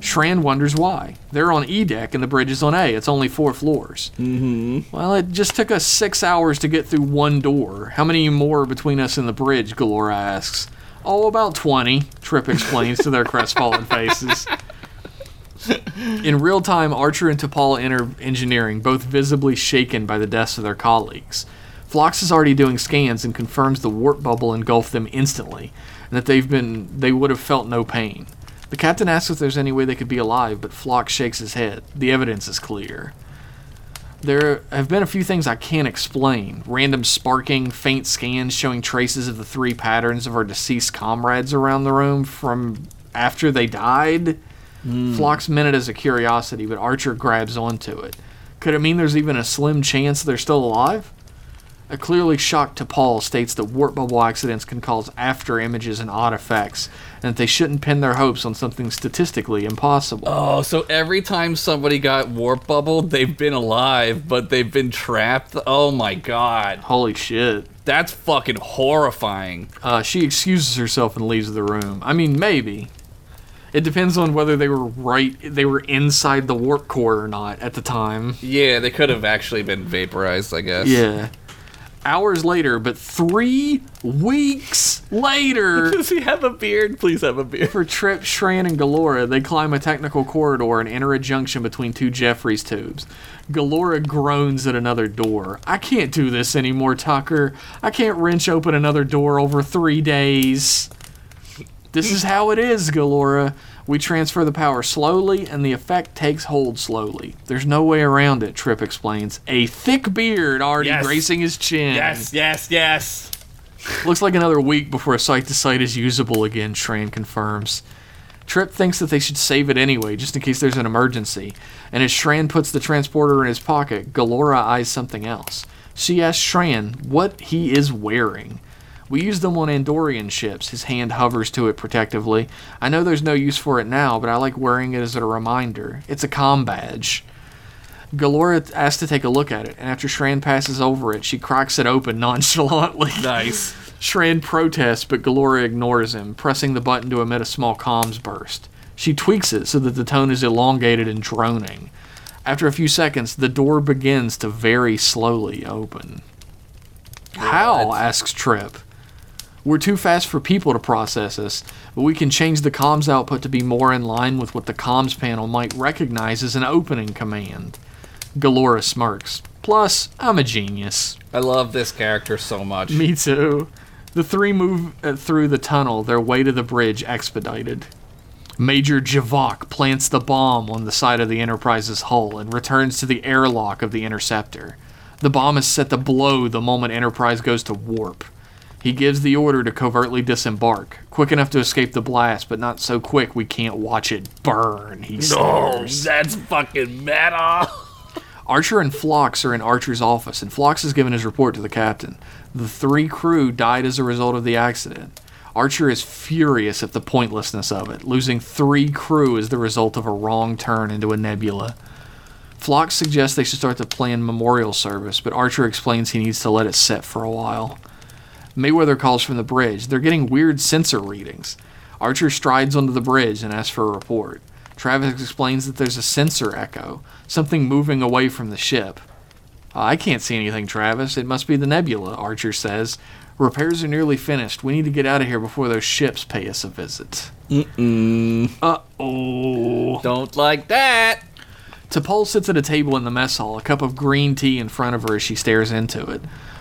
Shran wonders why. They're on E deck and the bridge is on A. It's only four floors. Well, it just took us six hours to get through one door. How many more between us and the bridge? Galora asks. Oh, about 20, Trip explains to their crestfallen faces. In real time, Archer and T'Pol enter engineering, both visibly shaken by the deaths of their colleagues. Phlox is already doing scans and confirms the warp bubble engulfed them instantly, and that they've been they would have felt no pain. The captain asks if there's any way they could be alive, but Phlox shakes his head. The evidence is clear. There have been a few things I can't explain. Random sparking, faint scans showing traces of the three patterns of our deceased comrades around the room from after they died. Phlox meant it as a curiosity, but Archer grabs onto it. Could it mean there's even a slim chance they're still alive? A clearly shocked T'Pol states that warp bubble accidents can cause after images and odd effects, and that they shouldn't pin their hopes on something statistically impossible.
Oh, so every time somebody got warp bubbled, they've been alive, but they've been trapped. Oh my god.
Holy shit.
That's fucking horrifying.
Uh, she excuses herself and leaves the room. I mean, maybe. It depends on whether they were right, they were inside the warp core or not at the time.
Yeah, they could have actually been vaporized, I guess.
Yeah. Hours later, but three weeks later,
Does he have a beard? Please have a beard.
for Trip, Shran, and Galora, they climb a technical corridor and enter a junction between two Jeffries tubes. Galora groans at another door. I can't do this anymore, Tucker. I can't wrench open another door over three days. This is how it is, Galora. We transfer the power slowly, and the effect takes hold slowly. There's no way around it, Trip explains. A thick beard already
Yes.
gracing his chin.
Yes, yes, yes.
Looks like another week before site to site is usable again, Shran confirms. Trip thinks that they should save it anyway, just in case there's an emergency. And as Shran puts the transporter in his pocket, Galora eyes something else. She asks Shran what he is wearing. We use them on Andorian ships. His hand hovers to it protectively. I know there's no use for it now, but I like wearing it as a reminder. It's a com badge. Galora asks to take a look at it, and after Shran passes over it, she cracks it open nonchalantly.
Nice.
Shran protests, but Galora ignores him, pressing the button to emit a small comms burst. She tweaks it so that the tone is elongated and droning. After a few seconds, the door begins to very slowly open. How? asks Trip. We're too fast for people to process us, but we can change the comms output to be more in line with what the comms panel might recognize as an opening command. Galora smirks. Plus, I'm a genius.
I love this character so much.
Me too. The three move uh, through the tunnel, their way to the bridge expedited. Major Javok plants the bomb on the side of the Enterprise's hull and returns to the airlock of the Interceptor. The bomb is set to blow the moment Enterprise goes to warp. He gives the order to covertly disembark, quick enough to escape the blast, but not so quick we can't watch it burn, he
Oh,
sneers.
that's fucking meta.
Archer and Phlox are in Archer's office, and Phlox has given his report to the captain. The three crew died as a result of the accident. Archer is furious at the pointlessness of it. Losing three crew is the result of a wrong turn into a nebula. Phlox suggests they should start the planned memorial service, but Archer explains he needs to let it set for a while. Mayweather calls from the bridge. They're getting weird sensor readings. Archer strides onto the bridge and asks for a report. Travis explains that there's a sensor echo, something moving away from the ship. I can't see anything, Travis. It must be the nebula, Archer says. Repairs are nearly finished. We need to get out of here before those ships pay us a visit.
Don't like that.
T'Pol sits at a table in the mess hall, a cup of green tea in front of her as she stares into it.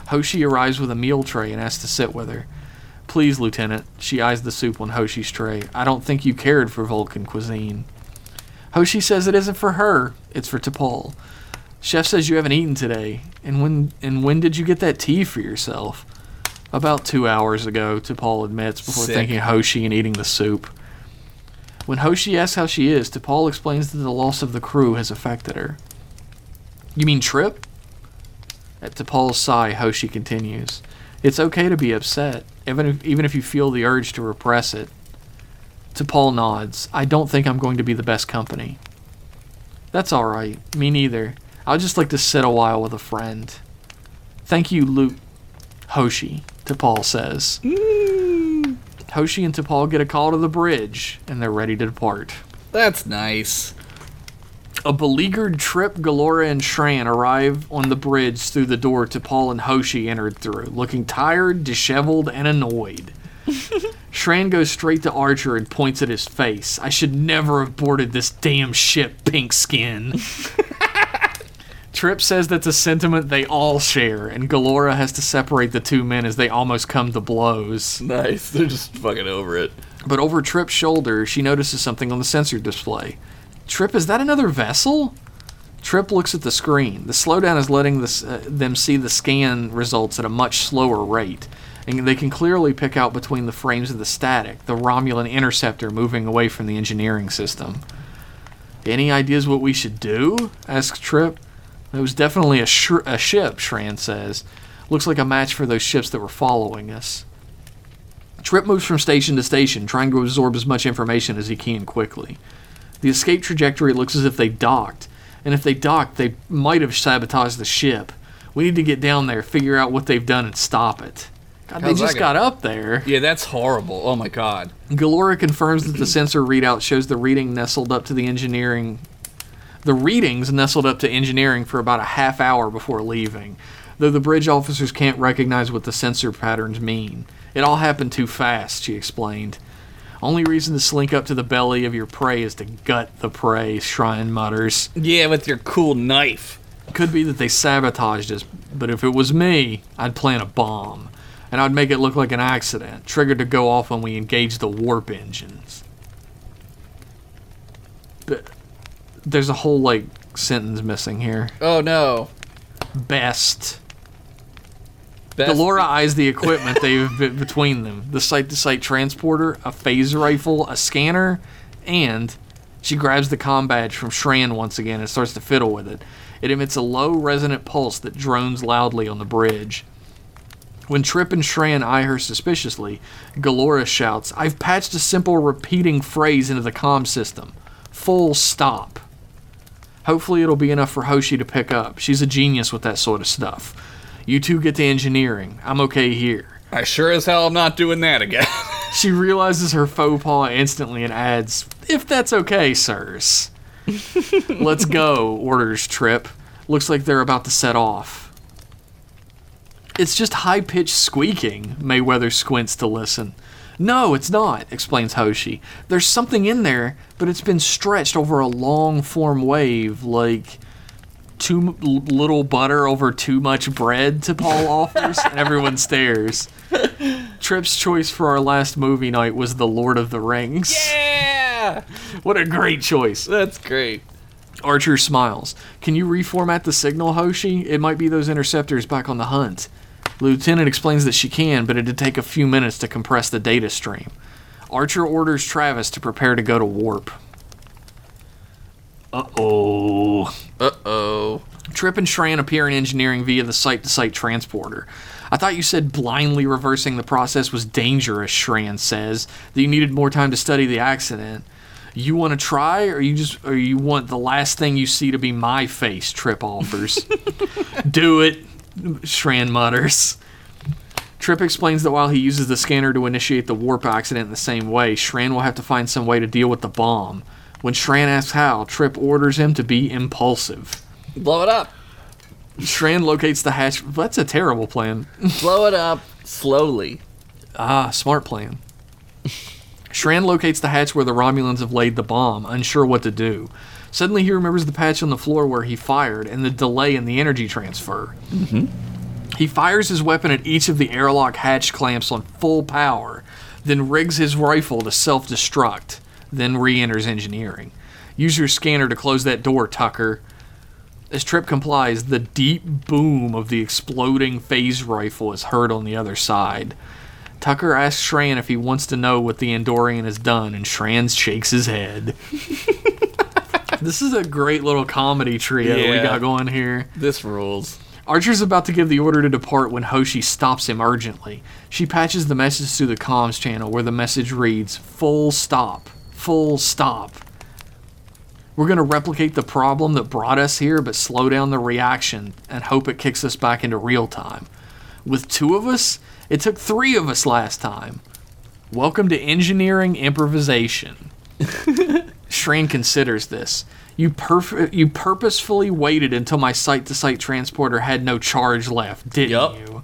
Hoshi arrives with a meal tray and asks to sit with her. Please, Lieutenant. She eyes the soup on Hoshi's tray. I don't think you cared for Vulcan cuisine. Hoshi says it isn't for her, it's for T'Pol. Chef says you haven't eaten today. And when and when did you get that tea for yourself? About two hours ago, T'Pol admits before
Sick.
thanking Hoshi and eating the soup. When Hoshi asks how she is, T'Pol explains that the loss of the crew has affected her. You mean Trip? At T'Pol's sigh, Hoshi continues. It's okay to be upset, even if, even if you feel the urge to repress it. T'Pol nods. I don't think I'm going to be the best company. That's all right. Me neither. I'd just like to sit a while with a friend. Thank you, Luke. Hoshi, T'Pol says. Hoshi and T'Pol get a call to the bridge, and they're ready to depart.
That's nice.
A beleaguered Trip, Galora, and Shran arrive on the bridge through the door T'Pol and Hoshi entered through, looking tired, disheveled, and annoyed. Shran goes straight to Archer and points at his face. I should never have boarded this damn ship, pink skin. Trip says that's a sentiment they all share, and Galora has to separate the two men as they almost come to blows.
Nice. They're just fucking over it.
But over Trip's shoulder, she notices something on the sensor display. Trip, is that another vessel? Trip looks at the screen. The slowdown is letting this, uh, them see the scan results at a much slower rate, and they can clearly pick out between the frames of the static the Romulan interceptor moving away from the engineering system. Any ideas what we should do? asks Trip. It was definitely a, sh- a ship, Shran says. Looks like a match for those ships that were following us. Trip moves from station to station, trying to absorb as much information as he can quickly. The escape trajectory looks as if they docked, and if they docked, they might have sabotaged the ship. We need to get down there, figure out what they've done, and stop it. God, they
How's that
just
gonna-
got up there.
Yeah, that's horrible. Oh my god.
Galora confirms that the sensor readout shows the reading nestled up to the engineering. The readings nestled up to engineering for about a half hour before leaving, though the bridge officers can't recognize what the sensor patterns mean. It all happened too fast, she explained. Only reason to slink up to the belly of your prey is to gut the prey, Shrine mutters.
Yeah, with your cool knife.
Could be that they sabotaged us, but if it was me, I'd plant a bomb, and I'd make it look like an accident, triggered to go off when we engage the warp engines. But there's a whole like sentence missing here.
Oh no.
Best.
Best-
Delora eyes the equipment they've been between them: the site-to-site transporter, a phaser rifle, a scanner, and she grabs the comm badge from Shran once again and starts to fiddle with it. It emits a low resonant pulse that drones loudly on the bridge. When Trip and Shran eye her suspiciously, Galora shouts, "I've patched a simple repeating phrase into the comm system. Full stop." Hopefully, it'll be enough for Hoshi to pick up. She's a genius with that sort of stuff. You two get to engineering. I'm okay here.
I sure as hell am not doing that again.
She realizes her faux pas instantly and adds, If that's okay, sirs. Let's go, orders Trip. Looks like they're about to set off. It's just high pitched squeaking, Mayweather squints to listen. No, it's not, explains Hoshi. There's something in there, but it's been stretched over a long form wave, like too m- l- little butter over too much bread to Paul offers, and everyone stares. Tripp's choice for our last movie night was The Lord of the Rings.
yeah.
What a great choice.
That's great.
Archer smiles. Can you reformat the signal, Hoshi? It might be those interceptors back on the hunt. Lieutenant explains that she can, but it'd take a few minutes to compress the data stream. Archer orders Travis to prepare to go to warp.
Oh.
Uh oh.
Trip and Shran appear in engineering via the site to site transporter. I thought you said blindly reversing the process was dangerous, Shran says, that you needed more time to study the accident. You want to try, or you just, or you want the last thing you see to be my face? Trip offers. Do it, Shran mutters. Tripp explains that while he uses the scanner to initiate the warp accident in the same way, Shran will have to find some way to deal with the bomb. When Shran asks how, Tripp orders him to be impulsive.
Blow it up.
Shran locates the hash. That's a terrible plan.
Blow it up slowly.
Ah, smart plan. Shran locates the hatch where the Romulans have laid the bomb, unsure what to do. Suddenly, he remembers the patch on the floor where he fired and the delay in the energy transfer. He fires his weapon at each of the airlock hatch clamps on full power, then rigs his rifle to self destruct, then re enters engineering. Use your scanner to close that door, Tucker. As Tripp complies, the deep boom of the exploding phase rifle is heard on the other side. Tucker asks Shran if he wants to know what the Andorian has done, and Shran shakes his head. this is a great little comedy trio we
Yeah.
got going here.
This rules.
Archer's about to give the order to depart when Hoshi stops him urgently. She patches the message through the comms channel where the message reads, Full stop. Full stop. We're going to replicate the problem that brought us here, but slow down the reaction and hope it kicks us back into real time. With two of us, it took three of us last time. Welcome to engineering improvisation. Shran considers this. You perf- you purposefully waited until my site to site transporter had no charge left, didn't
Yup.
you?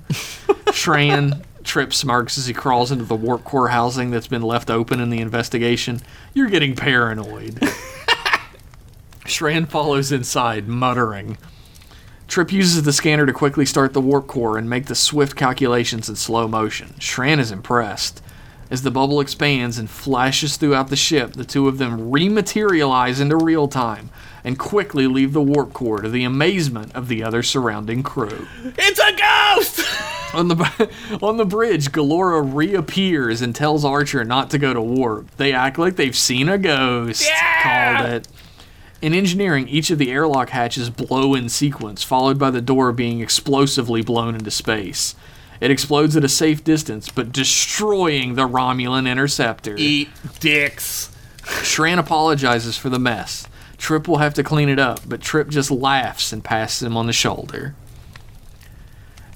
Shran Trip smirks as he crawls into the warp core housing that's been left open in the investigation. You're getting paranoid. Shran follows inside, muttering. Trip uses the scanner to quickly start the warp core and make the swift calculations in slow motion. Shran is impressed. As the bubble expands and flashes throughout the ship, the two of them rematerialize into real time and quickly leave the warp core to the amazement of the other surrounding crew.
It's a ghost!
On the on the bridge, Galora reappears and tells Archer not to go to warp. They act like they've seen a ghost.
Yeah!
Called it. In engineering, each of the airlock hatches blow in sequence, followed by the door being explosively blown into space. It explodes at a safe distance, but destroying the Romulan interceptor.
Eat dicks.
Shran apologizes for the mess. Trip will have to clean it up, but Trip just laughs and passes him on the shoulder.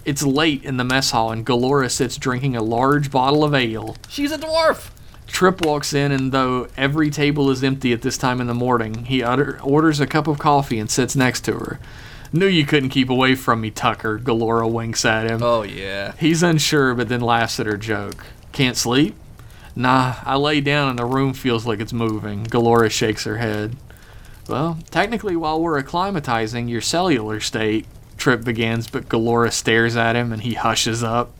It's late in the mess hall, and Galora sits drinking a large bottle of ale.
She's a dwarf.
Trip walks in, and though every table is empty at this time in the morning, he utter- orders a cup of coffee and sits next to her. Knew you couldn't keep away from me, Tucker, Galora winks at him.
Oh, yeah.
He's unsure, but then laughs at her joke. Can't sleep? Nah, I lay down and the room feels like it's moving. Galora shakes her head. Well, technically, while we're acclimatizing, your cellular state trip begins, but Galora stares at him and he hushes up.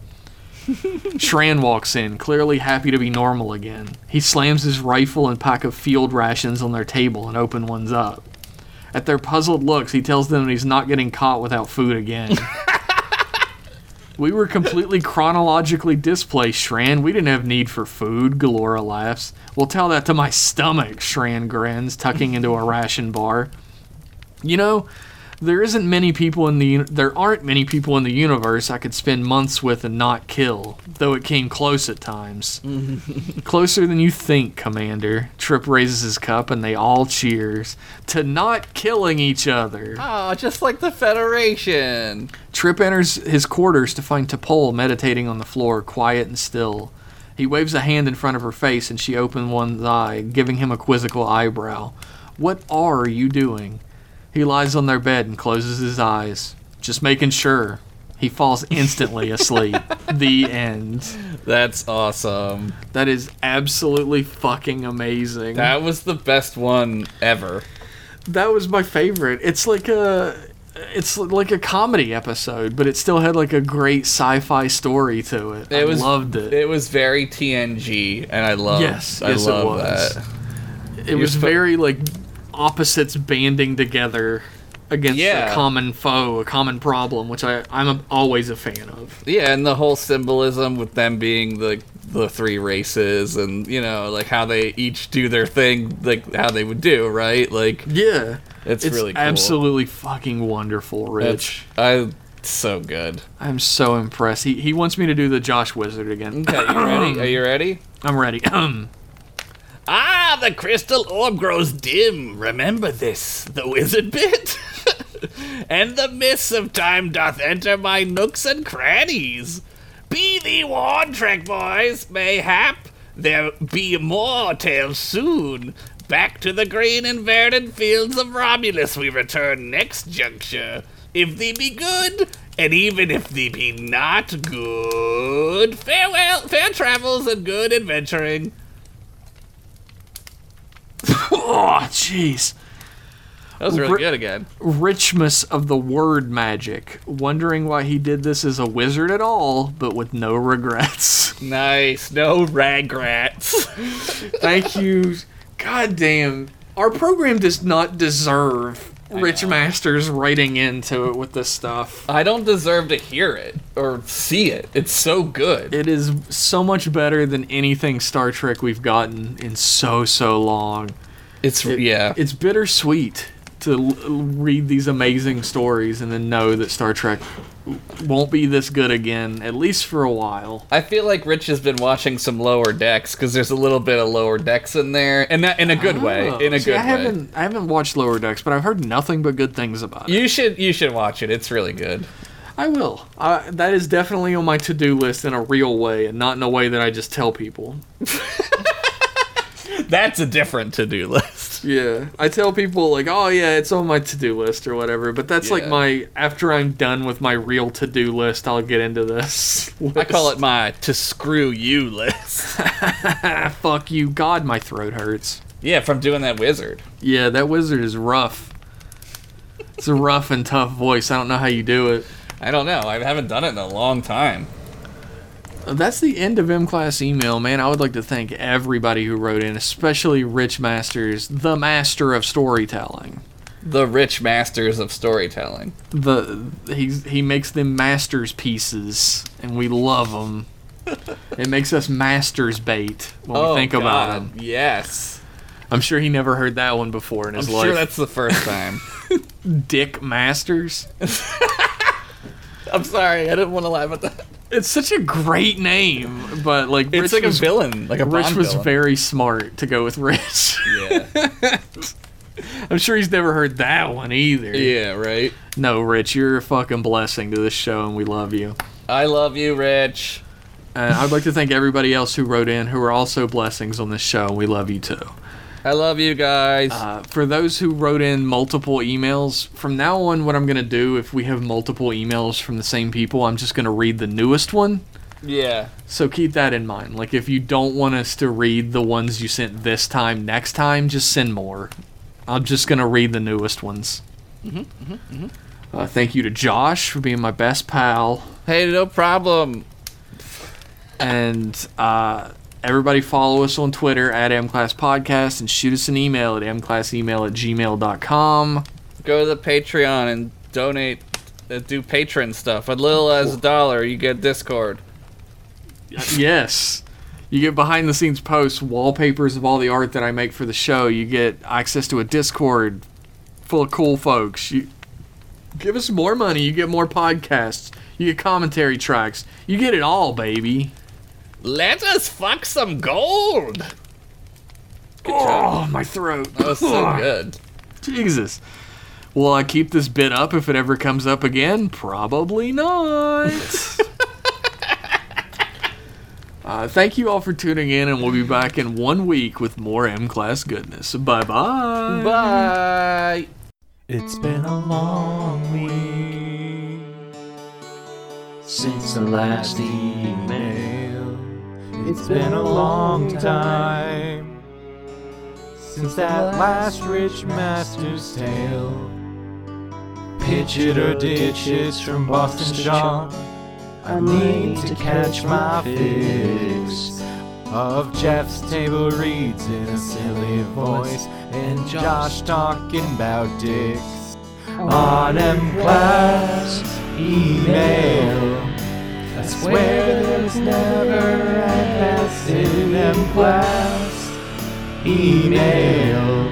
Shran walks in, clearly happy to be normal again. He slams his rifle and pack of field rations on their table and open ones up. At their puzzled looks, he tells them he's not getting caught without food again. We were completely chronologically displaced, Shran. We didn't have need for food, Galora laughs. Well, tell that to my stomach, Shran grins, tucking into a ration bar. You know, there isn't many people in the uni- there aren't many people in the universe I could spend months with and not kill, though it came close at times. Closer than you think, Commander. Trip raises his cup and they all cheers to not killing each other.
Oh, just like the Federation.
Trip enters his quarters to find Topol meditating on the floor, quiet and still. He waves a hand in front of her face and she opens one eye, giving him a quizzical eyebrow. What are you doing? He lies on their bed and closes his eyes, just making sure. He falls instantly asleep. the end.
That's awesome.
That is absolutely fucking amazing.
That was the best one ever.
That was my favorite. It's like a it's like a comedy episode, but it still had like a great sci-fi story to it. I
It was
loved it.
It was very TNG, and I love.
Yes,
I
yes, it
love
was.
that.
It was
sp-
very like opposites banding together against a
Yeah.
common foe, a common problem, which I I'm a, always a fan of.
Yeah, and the whole symbolism with them being the the three races, and you know, like how they each do their thing, like how they would do, right? Like
Yeah.
It's,
It's
really cool.
absolutely fucking wonderful,
It's,
Rich.
I so good.
I'm so impressed. He he wants me to do the Josh Wizard again.
Okay, you ready? Are you ready?
I'm ready.
Ah, the crystal orb grows dim. Remember this, the wizard bit. and the mists of time doth enter my nooks and crannies. Be thee warned, Trek boys, mayhap there be more tales soon. Back to the green and verdant fields of Romulus we return next juncture. If thee be good, and even if thee be not good, farewell, fair travels, and good adventuring.
oh, jeez.
That was really
Re-
good again.
richness of the word magic, wondering why he did this as a wizard at all, but with no regrets.
Nice. No regrets.
Thank you. God damn. Our program does not deserve Rich Masters writing into it with this stuff.
I don't deserve to hear it or see it. It's so good.
It is so much better than anything Star Trek we've gotten in so, so long.
It's yeah.
It's bittersweet to l- read these amazing stories and then know that Star Trek won't be this good again, at least for a while.
I feel like Rich has been watching some lower decks because there's a little bit of lower decks in there, and that in a good way.
Oh,
In a
see,
good
I
way.
haven't I haven't watched Lower Decks, but I've heard nothing but good things about it.
You should you should watch it. It's really good.
I will. Uh, that is definitely on my to do list in a real way, and not in a way that I just tell people.
That's a different to do list.
Yeah, I tell people like, oh yeah, it's on my to do list or whatever. But that's like
Yeah.
my after I'm done with my real to do list, I'll get into this.
I call it my to screw you list.
fuck you, God, my throat hurts.
yeah, from doing that wizard.
Yeah, that wizard is rough. It's a rough and tough voice. I don't know how you do it.
I don't know. I haven't done it in a long time.
That's the end of M Class email, man. I would like to thank everybody who wrote in, especially Rich Masters, the master of storytelling.
The rich masters of storytelling.
The he's he makes them masters pieces, and we love them. it makes us masters bait when we think about
Oh, God,
him.
Yes.
I'm sure he never heard that one before in his
I'm
life.
sure that's the first time.
Dick Masters.
I'm sorry. I didn't want to laugh at that.
It's such a great name, but like Rich
It's like
was,
a villain. Like a
Rich
Bond
was
villain.
very smart to go with Rich.
Yeah.
I'm sure he's never heard that one either.
yeah. Right.
No, Rich, you're a fucking blessing to this show, and we love you.
I love you, Rich.
And I'd like to thank everybody else who wrote in, who are also blessings on this show, and we love you too.
I love you guys.
Uh, for those who wrote in multiple emails, from now on, what I'm going to do, if we have multiple emails from the same people, I'm just going to read the newest one.
yeah.
So keep that in mind. Like, if you don't want us to read the ones you sent this time, next time, just send more. I'm just going to read the newest ones. Uh, thank you to Josh for being my best pal.
Hey, no problem.
and uh, everybody follow us on twitter at mclass podcast and shoot us an email at mclassemail at gmail.com
Go to the Patreon and donate. Uh, do patron stuff. As little as a dollar, you get Discord.
yes you get behind the scenes posts wallpapers of all the art that i make for the show you get access to a discord full of cool folks you give us more money you get more podcasts you get commentary tracks you get it all baby
Let us fuck some gold.
oh my throat
That was so good.
Jesus. Will I keep this bit up if it ever comes up again? Probably not. uh, thank you all for tuning in, and we'll be back in one week with more M Class goodness. Bye bye.
Bye.
It's been a long week since the last email. It's been a long time since that last Rich Master's tale. Pitch it or ditch it from Boston Sean. I need to catch my fix of Jeff's table reads in a silly voice and Josh talking about dicks on M class email. I swear there's never an S in M class email.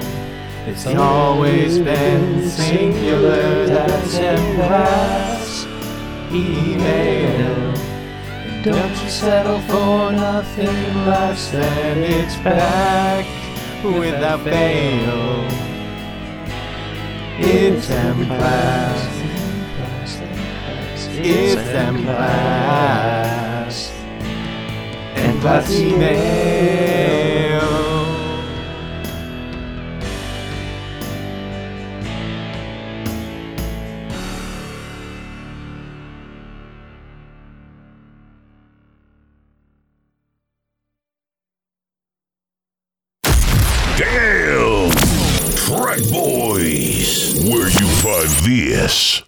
It's always been singular, that's in past. Email. And don't you settle for nothing less than it's back without fail. It's them class. It's them class. And class email.
Damn! Track Boys! Where you find this?